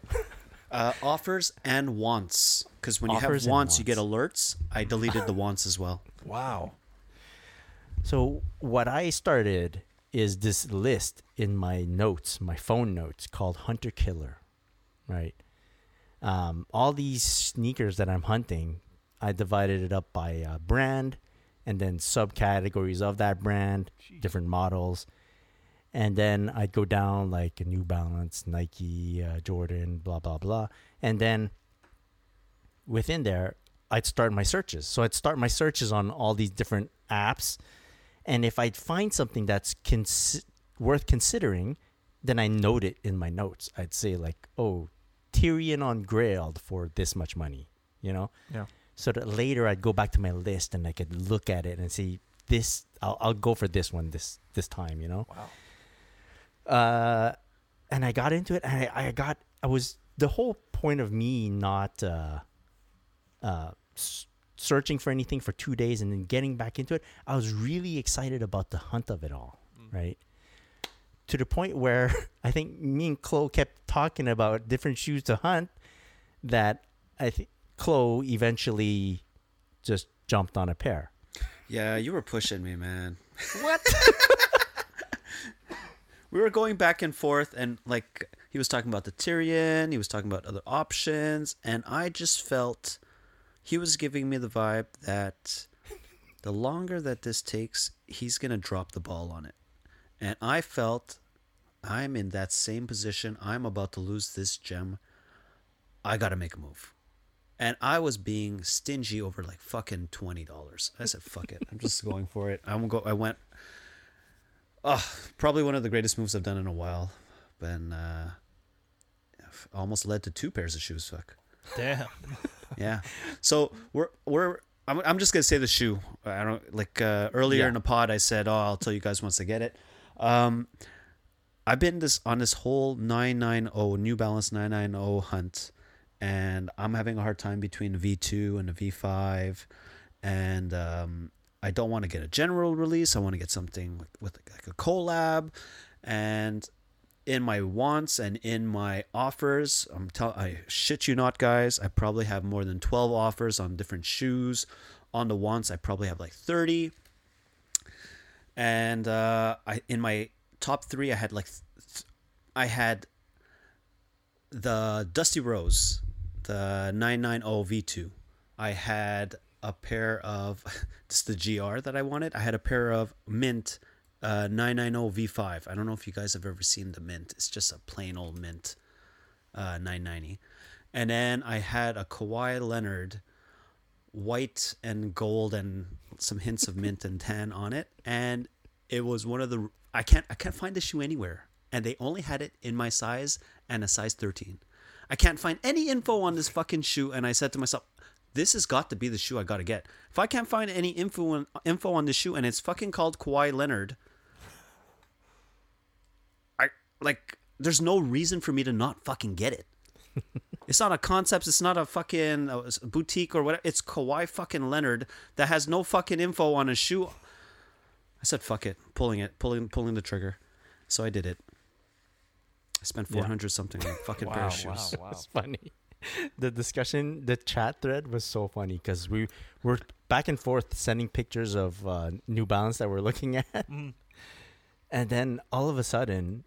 S3: Uh, offers and wants. Because when you
S5: Offers
S3: have
S5: and
S3: wants, you get
S5: wants.
S3: alerts. I deleted the wants as well.
S4: Wow.
S5: So what I started is this list in my notes, my phone notes, called Hunter Killer, right? Um, all these sneakers that I'm hunting, I divided it up by uh, brand, and then subcategories of that brand, different models, and then I'd go down like New Balance, Nike, uh, Jordan, blah blah blah, and then within there, I'd start my searches. So I'd start my searches on all these different apps, and if I find something that's cons- worth considering, then I note it in my notes. I'd say like, "Oh, Tyrion on Grailed for this much money," you know.
S4: Yeah.
S5: So that later I'd go back to my list and I could look at it and see this. I'll, I'll go for this one this this time, you know.
S4: Wow.
S5: Uh, and I got into it, and I, I got I was the whole point of me not uh, uh, s- searching for anything for two days and then getting back into it. I was really excited about the hunt of it all, right? To the point where I think me and Chloe kept talking about different shoes to hunt. That I think Chloe eventually just jumped on a pair.
S3: Yeah, you were pushing me, man. What? we were going back and forth, and like he was talking about the Tyrion, he was talking about other options, and I just felt he was giving me the vibe that the longer that this takes, he's gonna drop the ball on it. And I felt I'm in that same position. I'm about to lose this gem. I got to make a move. And I was being stingy over like fucking twenty dollars. I said, "Fuck it, I'm just going for it." I'm go. I went. Oh, probably one of the greatest moves I've done in a while. Been uh, almost led to two pairs of shoes. Fuck
S2: Damn.
S3: yeah. So we're we're I'm, I'm just gonna say the shoe. I don't like uh, earlier in the pod. I said, oh, I'll tell you guys once I get it. Um, I've been this on this whole 990 New Balance 990 hunt, and I'm having a hard time between the V2 and the V5, and um, I don't want to get a general release. I want to get something with, with like a collab, and in my wants and in my offers. I'm tell I shit you not, guys. I probably have more than 12 offers on different shoes. On the wants, I probably have like 30. And uh, I in my top three, I had like th- th- I had the Dusty Rose, the 990 V2. I had a pair of just the GR that I wanted. I had a pair of mint uh, 990 V5. I don't know if you guys have ever seen the mint. It's just a plain old mint uh, 990. And then I had a Kawhi Leonard white and gold and some hints of mint and tan on it and it was one of the I can't I can't find the shoe anywhere and they only had it in my size and a size 13. I can't find any info on this fucking shoe and I said to myself this has got to be the shoe I got to get. If I can't find any info on, info on the shoe and it's fucking called Kawhi Leonard I like there's no reason for me to not fucking get it. It's not a concepts. It's not a fucking uh, s- boutique or whatever. It's Kawhi fucking Leonard that has no fucking info on his shoe. I said, "Fuck it," pulling it, pulling, pulling the trigger. So I did it. I spent four hundred something on a fucking pair of shoes.
S4: wow.
S5: It's funny. The discussion, the chat thread was so funny because we were back and forth sending pictures of uh, New Balance that we're looking at, and then all of a sudden,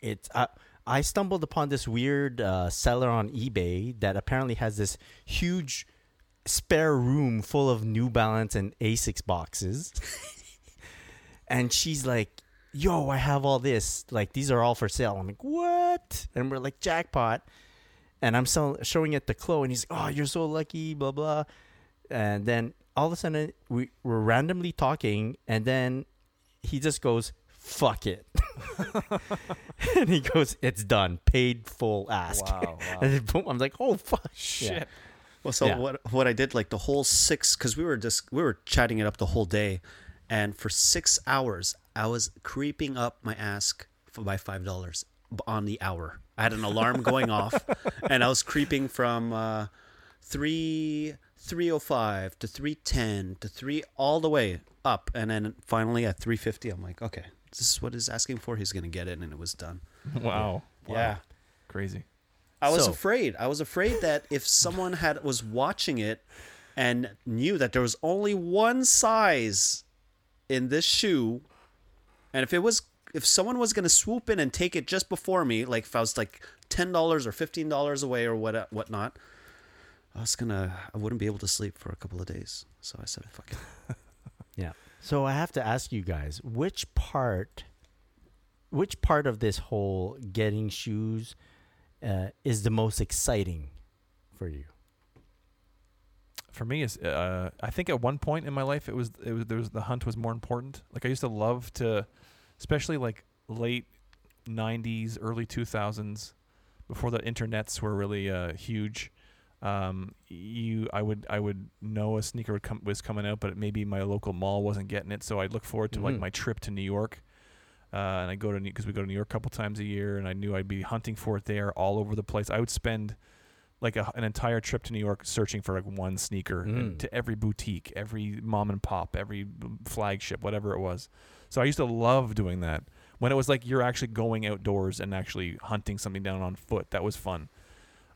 S5: it's I, I stumbled upon this weird uh, seller on eBay that apparently has this huge spare room full of New Balance and Asics boxes, and she's like, "Yo, I have all this. Like, these are all for sale." I'm like, "What?" And we're like, "Jackpot." and I'm sell- showing it to Chloe, and he's like, "Oh, you're so lucky," blah blah. And then all of a sudden, we were randomly talking, and then he just goes, "Fuck it," and he goes, "It's done, paid full ask."
S4: Wow, wow.
S5: and then boom, I'm like, "Oh fuck,
S4: Shit.
S5: Yeah.
S3: Well, so
S5: Yeah.
S3: what what I did like the whole six because we were just we were chatting it up the whole day, and for six hours I was creeping up my ask for by five dollars on the hour. I had an alarm going off, and I was creeping from uh, three three oh five to three ten to three all the way up, and then finally at three fifty I'm like, okay, this is what he's asking for. He's gonna get it, and it was done.
S4: Wow.
S3: Yeah.
S4: Crazy.
S3: I was
S5: So-
S3: afraid. I was afraid that if someone had was watching it and knew that there was only one size in this shoe, and if it was if someone was gonna swoop in and take it just before me, like if I was like ten dollars or fifteen dollars away or what whatnot, I was gonna I wouldn't be able to sleep for a couple of days. So I said, "Fuck it."
S5: Yeah. So I have to ask you guys, which part, which part of this whole getting shoes, uh, is the most exciting for you?
S4: for me is uh, I think at one point in my life it was it was there was the hunt was more important. Like I used to love to, especially like late '90s, early 2000s, before the internets were really uh, huge. Um, you, I would, I would know a sneaker would come, was coming out, but maybe my local mall wasn't getting it. So I'd look forward to like
S5: Mhm.
S2: Mm-hmm.
S4: my trip to New York, uh, and I go to because we go to New York a couple times a year, and I knew I'd be hunting for it there, all over the place. I would spend like a, an entire trip to New York searching for like one sneaker and
S5: Mm.
S4: to every boutique, every mom and pop, every um, flagship, whatever it was. So I used to love doing that when it was like you're actually going outdoors and actually hunting something down on foot. That was fun.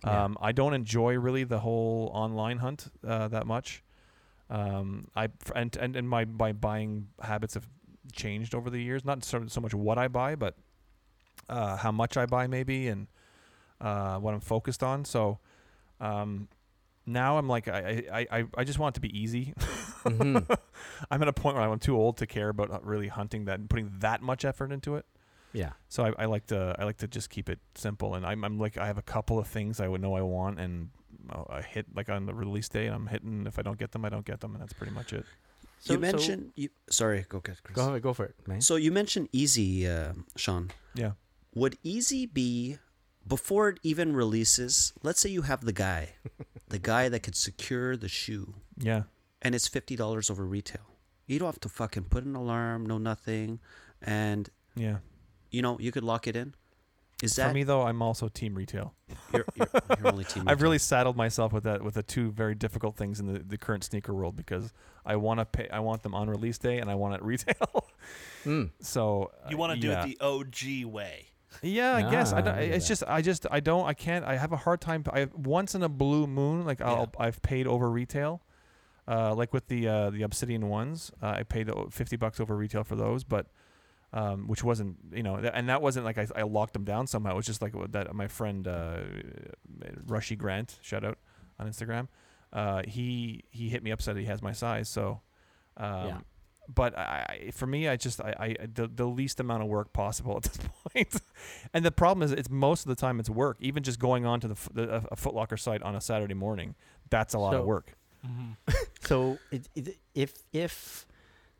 S5: Yeah.
S4: Um, I don't enjoy really the whole online hunt uh, that much. Um, I and and, and my, my buying habits have changed over the years. Not so, so much what I buy, but uh, how much I buy maybe and uh, what I'm focused on. So um, now I'm like I, I, I, I just want it to be easy. I'm at a point where I'm too old to care about uh, really hunting that and putting that much effort into it.
S5: Yeah.
S4: So I, I like to I like to just keep it simple, and I'm, I'm like I have a couple of things I would know I want, and I'll- I hit like on the release day, and I'm hitting. If I don't get them, I don't get them, and that's pretty much it.
S5: So-
S3: you mentioned you. Sorry, go get Chris.
S5: Go ahead, go for it, man.
S3: So you mentioned Easy, uh, Sean.
S4: Yeah.
S3: Would Easy be before it even releases? Let's say you have the guy, the guy that could secure the shoe,
S4: Yeah.
S3: and it's fifty dollars over retail. You don't have to fucking put an alarm, no nothing, and
S4: Yeah.
S3: you know you could lock it in. Is that
S4: For me though, I'm also team retail.
S3: your, your, your only team?
S4: I've really saddled myself with that with the two very difficult things in the, the current sneaker world because I want to pay I want them on release day and I want it retail.
S5: Mm.
S4: so uh,
S2: You want to
S4: to
S2: do it the OG way.
S4: Yeah, I guess I
S5: Ah,
S4: don't,
S5: I hear
S4: it's
S5: that.
S4: just I just I don't I can't I have a hard time I once in a blue moon like I'll I've paid over retail. Uh, like with the uh, the obsidian ones, uh, I paid o- 50 bucks over retail for those, but um, which wasn't you know tha- and that wasn't like I, I locked them down somehow. It was just like what that my friend uh, Rushy Grant shout out on Instagram. Uh, he he hit me up said he has my size so um,
S5: Yeah.
S4: but I, I- for me I just I, I the, the least amount of work possible at this point and the problem is it's most of the time it's work even just going on to the, f- the a, a Foot Locker site on a Saturday morning that's a lot of
S5: So-
S4: work
S5: So it, it, if if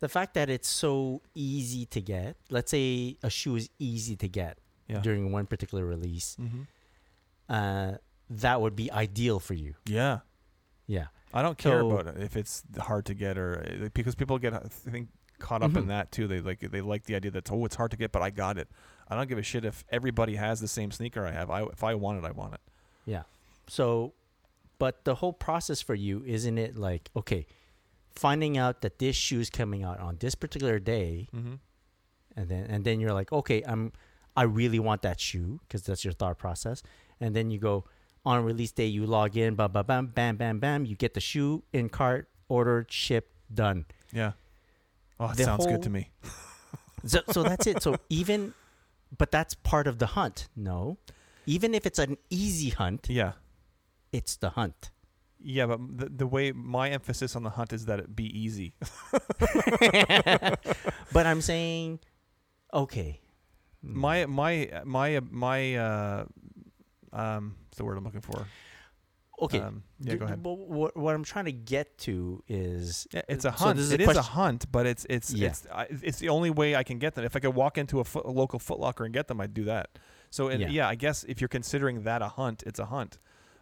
S5: the fact that it's so easy to get, let's say a shoe is easy to get
S4: Yeah.
S5: during one particular release,
S4: mm-hmm.
S5: uh, that would be ideal for you.
S4: yeah
S5: Yeah.
S4: I don't care
S5: So-
S4: about if it's hard to get or eh, like, because people get I think caught up in
S5: Mhm.
S4: that too. They like they like the idea that oh it's hard to get, but I got it. I don't give a shit if everybody has the same sneaker I have. I if I want it, I want it.
S5: Yeah. So, but the whole process for you, isn't it like, okay, finding out that this shoe is coming out on this particular day,
S4: Mm-hmm.
S5: and then and then you're like, okay, I'm, I really want that shoe because that's your thought process, and then you go on release day, you log in, bam, bam, bam, bam, bam, bam, you get the shoe in cart, ordered, shipped, done.
S4: Yeah. Oh, it
S5: The
S4: sounds good to
S5: whole-
S4: me.
S5: So, so that's it. So even, but that's part of the hunt. No, even if it's an easy hunt,
S4: Yeah.
S5: it's the hunt.
S4: Yeah, but the, the way my emphasis on the hunt is that it be easy.
S5: but I'm saying, okay, Mm.
S4: my my my my uh um what's the word I'm looking for.
S5: okay.
S4: Um, yeah,
S5: D-
S4: go ahead.
S5: But what, what I'm trying to get to is
S4: Yeah, it's a
S5: So
S4: hunt.
S5: this is a
S4: it is a
S5: question-
S4: hunt, but it's it's
S5: Yeah.
S4: it's I, it's the only way I can get them. If I could walk into a, foot, a local Foot Locker and get them, I'd do that. So and, yeah.
S5: Yeah.
S4: I guess if you're considering that a hunt, it's a hunt.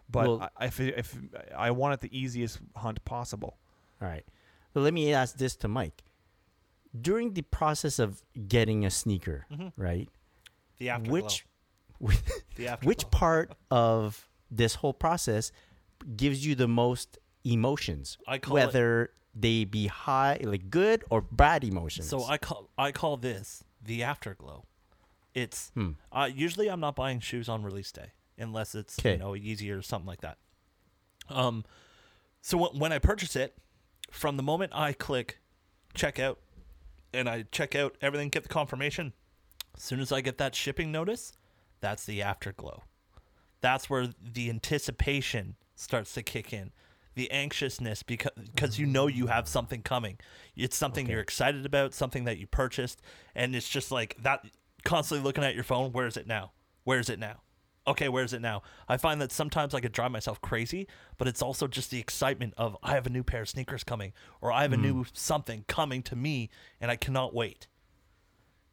S4: But
S5: Well-
S4: I, if it- if I want it the easiest hunt possible,
S5: all right. So let me ask this to Mike. During the process of getting a sneaker,
S4: Mm-hmm.
S5: right?
S2: The afterglow.
S5: Which which,
S2: the afterglow.
S5: which part of this whole process gives you the most emotions?
S2: I call it-
S5: whether they be high, like good or bad emotions.
S2: So I call I call this the afterglow. It's
S5: Hmm.
S2: uh, usually I'm not buying shoes on release day unless it's you
S5: Okay.
S2: know Yeezy or something like that. Um, so w- when I purchase it, from the moment I click check out, and I check out everything, get the confirmation. As soon as I get that shipping notice, that's the afterglow. That's where the anticipation starts to kick in, the anxiousness because because you know you have something coming. It's something you're excited about, something that you purchased, and it's just like that constantly looking at your phone. Where is it now? Where is it now? Okay, where is it now? I find that sometimes I could drive myself crazy, but it's also just the excitement of I have a new pair of sneakers coming, or I have a new
S5: Mm.
S2: something coming to me, and I cannot wait.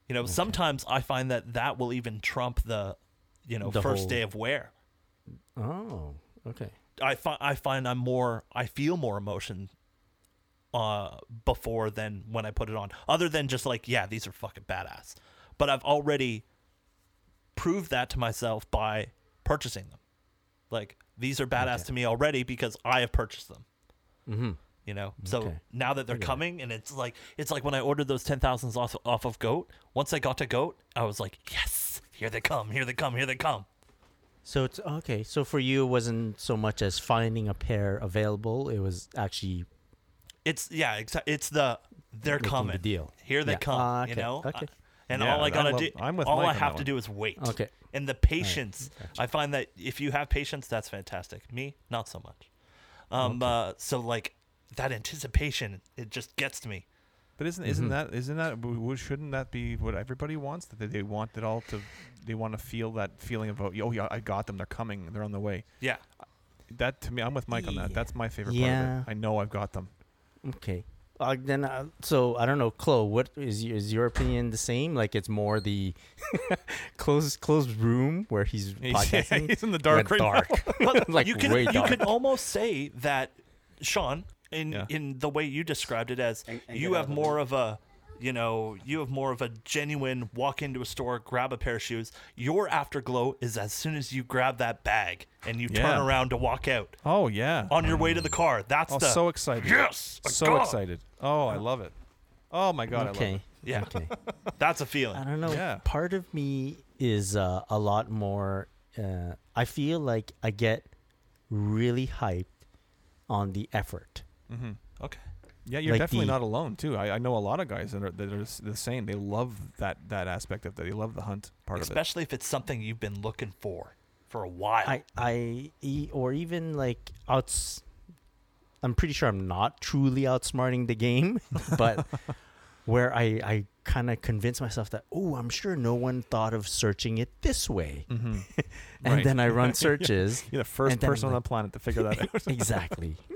S2: You know, sometimes I find that that will even trump the, you know,
S5: The
S2: first
S5: whole-
S2: day of wear.
S5: oh, okay.
S2: I find I find I'm more I feel more emotion, uh, before than when I put it on. Other than just like, yeah, these are fucking badass. But I've already proved that to myself by purchasing them. Like these are badass to me already because I have purchased them.
S5: Mm-hmm.
S2: You know, so
S5: Okay.
S2: now that they're
S5: get it.
S2: coming, and it's like it's like when I ordered those ten thousands off off of Goat. Once I got to Goat, I was like, yes, here they come, here they come, here they come.
S5: So it's okay. So for you, it wasn't so much as finding a pair available. It was actually
S2: It's yeah, exa- it's the they're
S5: Making the
S2: coming.
S5: deal.
S2: Here they
S5: Yeah.
S2: come.
S5: Ah,
S2: You
S5: okay,
S2: know,
S5: okay.
S2: and
S4: Yeah,
S2: all I
S4: I
S2: gotta
S4: love-
S2: do,
S4: I'm with
S2: all
S4: Mike
S2: I
S4: on that
S2: have to
S4: one.
S2: do is wait.
S5: Okay.
S2: And the patience, I find that if you have patience, that's fantastic. Me, not so much. Um, uh, so like that anticipation, it just gets to me.
S4: But isn't isn't
S5: Mhm.
S4: that- isn't that w- w- shouldn't that be what everybody wants? That they, they want it all to they want to feel that feeling of oh yeah I got them they're coming they're on the way.
S2: Yeah.
S4: That to me I'm with Mike on that.
S5: Yeah.
S4: That's my favorite
S5: Yeah.
S4: part of it. I know I've got them.
S5: Okay. Uh, then, uh, so I don't know, Chloe. What is y- is your opinion the same? Like it's more the closed closed room where he's
S4: He's,
S5: podcasting.
S4: he's in the dark
S5: Went
S4: right now.
S2: Well,
S5: Like,
S2: you can
S5: way
S2: you
S5: dark.
S2: can almost say that Sean in
S4: Yeah.
S2: in the way you described it as
S3: And- and
S2: you have
S3: get out of the
S2: more
S3: way.
S2: of a you know you have more of a genuine walk into a store grab a pair of shoes your afterglow is as soon as you grab that bag and you turn
S4: Yeah.
S2: around to walk out
S4: Oh yeah.
S2: on your way to the car that's
S4: Oh,
S2: the
S4: so excited.
S2: yes I
S4: So
S2: got 'em."
S4: excited. Oh, I love it. Oh my god, I love
S5: okay.
S4: it.
S2: yeah
S5: Okay.
S2: that's a feeling
S5: I don't know.
S4: Yeah.
S5: Part of me is uh, a lot more. Uh, I feel like I get really hyped on the effort.
S2: okay
S4: Yeah, you're
S5: Like
S4: definitely
S5: the-
S4: not alone too. I, I know a lot of guys that are that are s- the same. They love that that aspect of that. They love the hunt part of it.
S2: especially if it's something you've been looking for for a while
S5: I I e- or even like outs. I'm pretty sure I'm not truly outsmarting the game, but where I I kind of convince myself that oh I'm sure no one thought of searching it this way, and
S4: Right.
S5: then I run searches.
S4: You're the first
S5: then I'm
S4: person on the
S5: like-
S4: planet to figure that out.
S5: exactly.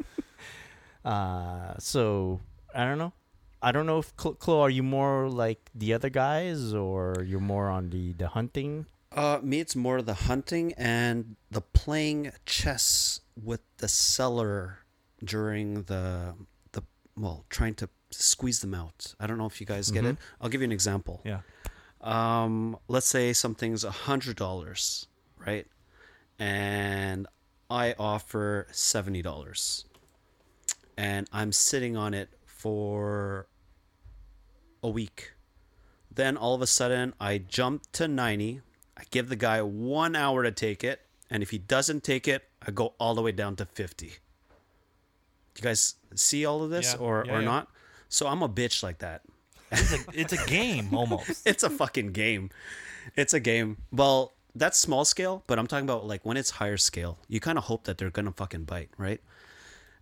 S5: Uh, so I don't know. I don't know if Clo, Clo, are you more like the other guys, or you're more on the the hunting?
S3: Uh, me, it's more the hunting and the playing chess with the seller during the the well, trying to squeeze them out. I don't know if you guys
S4: Mm-hmm.
S3: get it. I'll give you an example.
S4: Yeah.
S3: Um, let's say something's a hundred dollars, right? And I offer seventy dollars, and I'm sitting on it for a week. Then all of a sudden, I jump to 90. I give the guy one hour to take it. And if he doesn't take it, I go all the way down to 50. Do you guys see all of this
S4: Yeah.
S3: or,
S4: Yeah,
S3: or
S4: yeah.
S3: not? So I'm a bitch like that.
S2: it's, a, it's a game almost
S3: It's a fucking game. It's a game. Well, that's small scale, but I'm talking about like when it's higher scale, you kind of hope that they're going to fucking bite, right?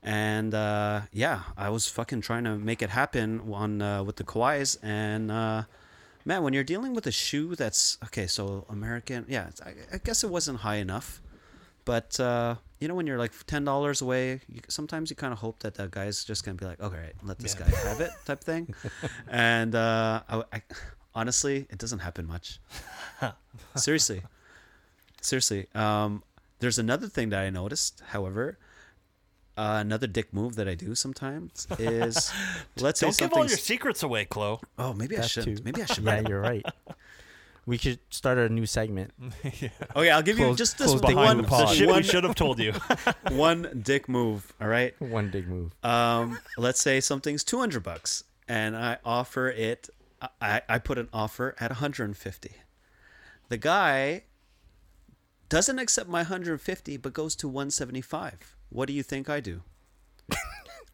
S3: And uh, yeah, I was fucking trying to make it happen on uh, with the Kawais. And uh, man, when you're dealing with a shoe that's okay, so American, yeah, it's- I, I guess it wasn't high enough, but uh, you know when you're like ten dollars away, you, sometimes you kind of hope that that guy's just gonna be like, okay, right, let this guy have it type thing. and uh, I, I, honestly, it doesn't happen much. Seriously. Seriously. Um, there's another thing that I noticed, however. Uh, another dick move that I do sometimes is let's say
S2: don't give all
S3: something.
S2: your secrets away chloe
S3: Oh, maybe I
S5: That
S3: shouldn't.
S5: too.
S3: Maybe I should.
S5: Yeah, you're right. We should start a new segment.
S2: Mm-hmm.
S3: Okay, I'll give you
S5: Close-
S3: just this
S5: close
S3: one,
S5: behind
S3: one,
S5: the pod.
S2: shit we
S3: one,
S2: should have told you
S3: one dick move. All right.
S5: One big move.
S2: Uh,
S3: um, let's say something's 200 bucks and I offer it, I, I put an offer at 150. The guy doesn't accept my 150, but goes to 175. What do you think I do?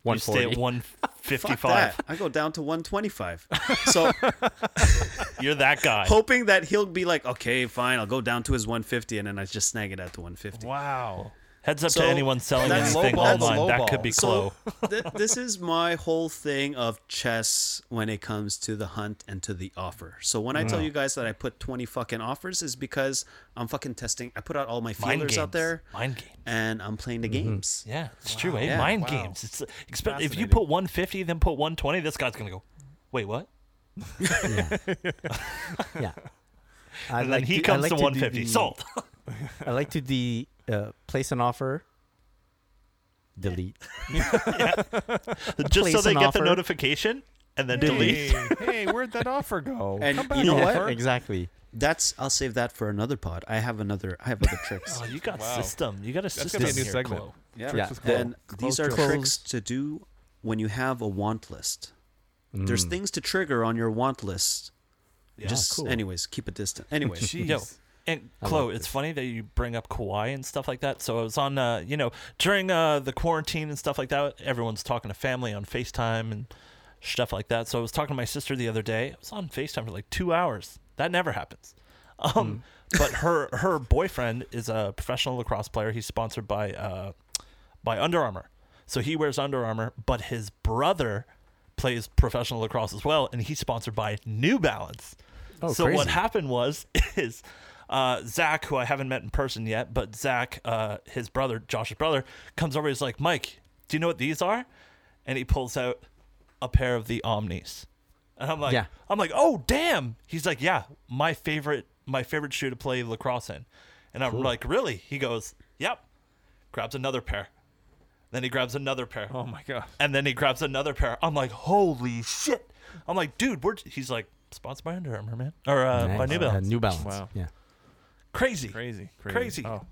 S2: you stay at 155
S3: Fuck that. I go down to 125. So
S2: You're that guy.
S3: hoping that he'll be like, okay, fine, I'll go down to his 150. And then I just snag it at the 150.
S4: Wow.
S2: Heads up
S3: So,
S2: to anyone selling
S3: that's-
S2: anything
S3: that's
S2: online.
S4: lowball.
S2: That could be Chloe.
S3: So th- this is my whole thing of chess when it comes to the hunt and to the offer. So when I
S2: Mm.
S3: tell you guys that I put 20 fucking offers is because I'm fucking testing. I put out all my
S2: Mind
S3: feelers
S2: games.
S3: out there
S2: Mind games.
S3: and I'm playing the games.
S2: Yeah, it's true. Eh?
S3: Yeah.
S2: Mind
S4: Wow.
S2: games. It's expe- if you
S4: Fascinating.
S2: put 150, then put 120. This guy's gonna go. Wait, what?
S5: Yeah. I
S2: And
S5: like
S2: then he
S5: to- I
S2: comes
S5: like
S2: to
S5: do
S2: 150.
S5: the-
S2: Sold.
S5: I like to the uh, place an offer. Delete.
S2: Just so
S5: Place
S2: they
S5: an
S2: get the
S5: offer.
S2: notification and then delete.
S4: Hey, hey, where'd that offer go?
S3: And
S4: Come
S3: you
S4: back,
S3: know
S4: offer.
S3: what?
S5: Exactly.
S3: That's I'll save that for another pod. I have another I have other tricks.
S2: Oh, you got
S4: Wow.
S2: system. You got a
S4: That's
S2: system
S4: gonna be a new
S2: here,
S4: segment.
S2: Chloe.
S3: yeah.
S5: Yeah.
S4: with Chloe.
S3: And these are tricks to do when you have a want list. There's
S2: Mm.
S3: things to trigger on your want list. Just
S5: cool.
S3: anyways, keep it distant. Anyway,
S2: Yo, and Chloe,
S5: like
S2: it's funny that you bring up Kawhi and stuff like that. So I was on, uh, you know, during uh, the quarantine and stuff like that. Everyone's talking to family on Facetime and stuff like that. So I was talking to my sister the other day. I was on Facetime for like two hours. That never happens. Um, but her her boyfriend is a professional lacrosse player. He's sponsored by uh, by Under Armour, so he wears Under Armour. But his brother plays professional lacrosse as well, and he's sponsored by New Balance.
S5: Oh,
S2: so what
S5: crazy.
S2: happened was is uh, Zach, who I haven't met in person yet, but Zach, uh, his brother, Josh's brother, comes over. He's like, Mike, do you know what these are? And he pulls out a pair of the Omnis, and I'm like,
S5: Yeah.
S2: I'm like, oh damn. He's like, yeah, my favorite, my favorite shoe to play lacrosse in, and I'm like, really? He goes, yep. Grabs another pair. Then he grabs another pair
S4: Oh my god.
S2: and then he grabs another pair. I'm like, holy shit! I'm like, dude, we're he's like sponsored by Under Armour, man, or uh, by
S5: Nice.
S2: New
S5: Uh,
S2: Balance.
S5: New Balance.
S4: Wow.
S5: Yeah.
S2: crazy,
S4: Crazy.
S2: Crazy.
S4: Crazy. Oh.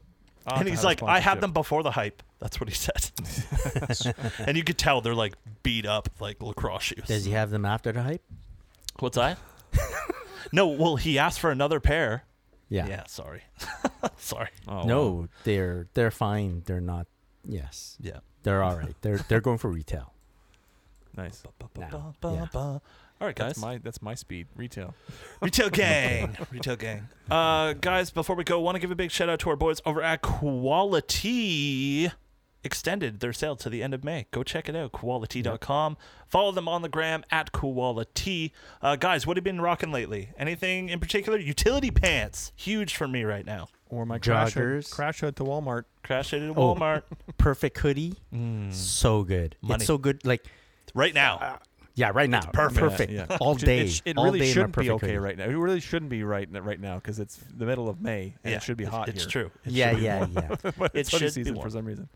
S4: I'll have
S2: and
S4: to
S2: he's
S4: have a
S2: like, I had
S4: sponsorship.
S2: them before the hype. That's what he said. and you could tell they're like beat up, like lacrosse shoes.
S5: Does he have them after the hype?
S2: What's I? no, well, he asked for another pair.
S5: Yeah.
S2: Yeah, sorry, sorry.
S4: Oh,
S5: no,
S4: wow.
S5: they're they're fine. They're not. Yes,
S2: Yeah.
S5: they're all right. They're they're going for retail.
S4: Nice.
S5: Now,
S2: Ba,
S5: yeah.
S2: ba. All right, guys.
S4: That's my that's my speed retail.
S2: Retail gang. Retail gang. Uh, guys, before we go, want to give a big shout out to our boys over at Quality Extended their sale to the end of May. Go check it out, quality.com. Follow them on the gram at Quality. Uh, guys, what have you been rocking lately? Anything in particular? Utility pants. Huge for me right now.
S4: Or my crash hood,
S5: Joggers.
S4: crash hood to Walmart.
S2: Crash it at
S5: Oh.
S2: Walmart
S5: Perfect hoodie, so good.
S2: Mm. Money.
S5: It's so good. Like
S2: right
S4: Ah,
S2: now.
S5: yeah, right now,
S2: perfect.
S5: perfect,
S4: Yeah.
S5: all
S4: It should-
S5: day.
S4: It, sh- it
S5: all
S4: really
S5: day in my
S4: shouldn't be
S5: perfect
S4: okay
S5: hoodie.
S4: right now. It really shouldn't be right n- right now because it's the middle of May and it should be hot
S2: It's
S4: here.
S2: true. It
S5: yeah,
S2: should be
S5: yeah,
S2: warm.
S5: yeah. Uh,
S4: But
S2: It
S4: it's hoodie
S2: should be
S4: season
S2: warm.
S4: for some reason.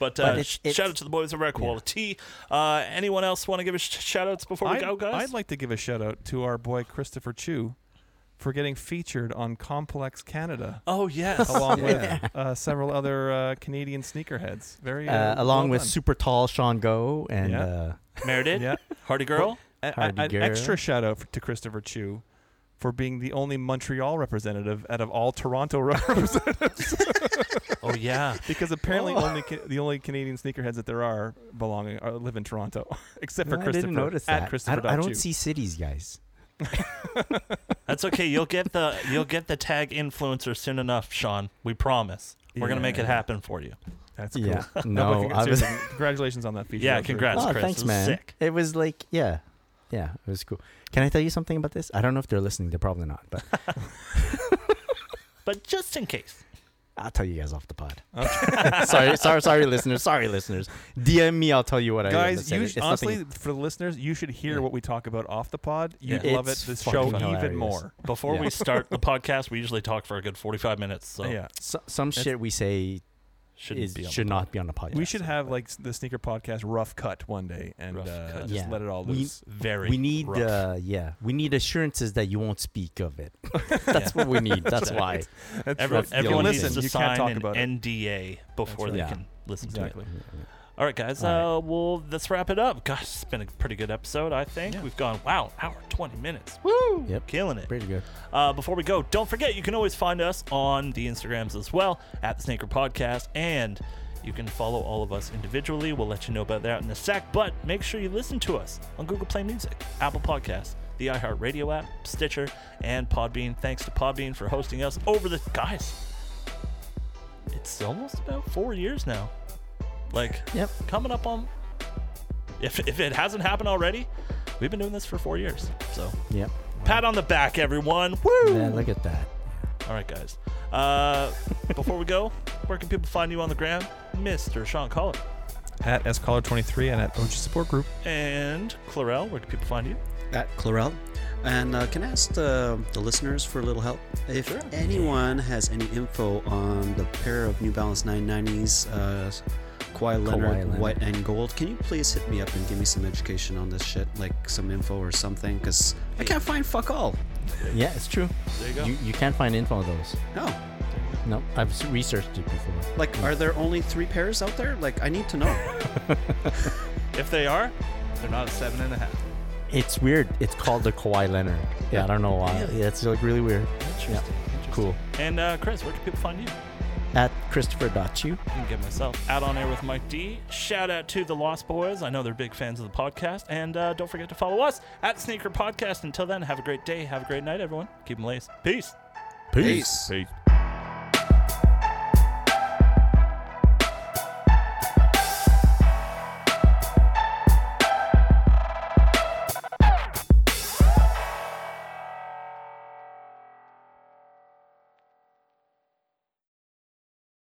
S2: But, uh,
S5: But it's-
S2: sh-
S5: it's-
S2: shout out to the boys over at Quality. Uh, anyone else want to give a sh- shout outs before we
S4: I'd,
S2: go, guys?
S4: I'd like to give a shout out to our boy Christopher Chu for getting featured on Complex Canada.
S2: oh, yes.
S4: Along with uh, several other uh, Canadian sneakerheads, very
S5: Uh,
S4: uh,
S5: along
S4: well
S5: with
S4: done.
S5: super tall Sean Go and
S4: Yeah.
S5: uh,
S2: Meredith,
S4: Yeah.
S2: Hardy Girl.
S4: A- a-
S5: Hardy
S4: an
S5: girl.
S4: extra shout out f- to Christopher Chu for being the only Montreal representative out of all Toronto representatives,
S2: Oh yeah,
S4: because apparently
S5: Oh.
S4: only ca- the only Canadian sneakerheads that there are belonging are, live in Toronto, except for
S5: No, I
S4: Christopher.
S5: didn't notice
S4: at
S5: that. I,
S4: Christopher.
S5: don't- I
S4: Chu.
S5: don't see cities, guys.
S2: that's okay. You'll get the you'll get the tag influencer soon enough, Sean. We promise. We're gonna make it
S4: Yeah. happen
S2: happen for you.
S4: That's cool.
S5: Yeah,
S4: No, but
S5: no, I
S4: congrats-
S5: was.
S4: seriously, congratulations on that feature.
S2: Yeah,
S4: That was really
S2: congrats.
S4: cool.
S5: oh,
S2: Chris.
S5: thanks,
S2: It was
S5: man.
S2: sick.
S5: It was like, yeah, yeah, it was cool. Can I tell you something about this? I don't know if they're listening. They're probably not, but
S2: But just in case,
S5: I'll tell you guys off the pod. sorry, sorry, sorry, listeners. Sorry, listeners. DM me. I'll tell you what I
S4: Guys,
S5: said.
S4: you
S5: It's
S4: sh- honestly,
S5: nothing-
S4: for the listeners, you should hear
S5: Yeah.
S4: what we talk about off the pod. You'd
S5: Yeah.
S4: love it.
S5: It's
S4: This show
S5: fucking
S4: even
S5: hilarious.
S4: more.
S2: before
S5: Yeah.
S2: we start the podcast, we usually talk for a good forty-five minutes, so
S4: yeah,
S5: so, some
S4: that's-
S5: shit we say
S2: shouldn't
S5: is,
S2: be on
S5: should
S2: the
S5: not be on the podcast.
S4: we should have like s- the sneaker podcast rough cut one day and
S2: Rough
S4: uh,
S2: cut.
S4: just
S5: Yeah.
S4: let it all
S5: We-
S4: loose.
S2: very.
S5: We need,
S2: rough.
S5: uh, yeah, we need assurances that you won't speak of it. That's what we need. That's why.
S2: Every,
S5: the
S2: everyone
S5: only
S2: needs
S5: thing.
S2: to
S4: You can't
S2: sign
S4: talk
S2: an
S4: about it.
S2: NDA before
S4: That's
S2: they
S5: right.
S2: can listen to it.
S4: Exactly.
S2: All right, guys.
S5: All
S2: Uh, well, let's wrap it up. Gosh, it's been a pretty good episode. I think we've gone wow, hour twenty minutes. Woo,
S5: Yep.
S2: killing it.
S5: Pretty good.
S2: Uh, before we go, don't forget you can always find us on the Instagrams as well at the Snaker Podcast, and you can follow all of us individually. We'll let you know about that in a sec, but make sure you listen to us on Google Play Music, Apple Podcasts, the iHeartRadio app, Stitcher, and Podbean. Thanks to Podbean for hosting us over the guys. It's almost about four years now. Like
S5: Yep.
S2: coming up on if, if it hasn't happened already, we've been doing this for four years. So
S5: Yep.
S2: pat on the back, everyone. Woo!
S5: Yeah, look at that.
S2: All right, guys. Uh, before we go, where can people find you on the gram, Mr. Sean Collar
S4: At scollar23 and at OG support group.
S2: and Clarel? Where can people find you?
S3: at Clarel. And uh, can I ask the, the listeners for a little help? If
S2: Sure.
S3: anyone has any info on the pair of New Balance 990s, uh, Kawhi Leonard,
S5: Leonard.
S3: white and gold, can you please hit me up and give me some education on this shit? Like some info or something? Because I can't find fuck all.
S5: Yeah, it's true.
S2: There you go.
S5: You, you can't find info on those.
S3: No.
S5: No, I've s- researched it before.
S3: Like, are there only three pairs out there? Like, I need to know.
S2: if they are, they're not a seven and a half.
S5: It's weird. It's called the Kawhi Leonard. Yeah, I don't know why. Yeah, it's like really weird.
S2: Interesting. interesting.
S5: Cool.
S2: And uh, Chris, where can people find you?
S5: At Christopher.chu.
S2: I can get myself out on air with Mike D. Shout out to the Lost Boys. I know they're big fans of the podcast. And uh, don't forget to follow us at Sneaker Podcast. Until then, have a great day. Have a great night, everyone. Keep them laced. Peace.
S3: Peace.
S2: Peace.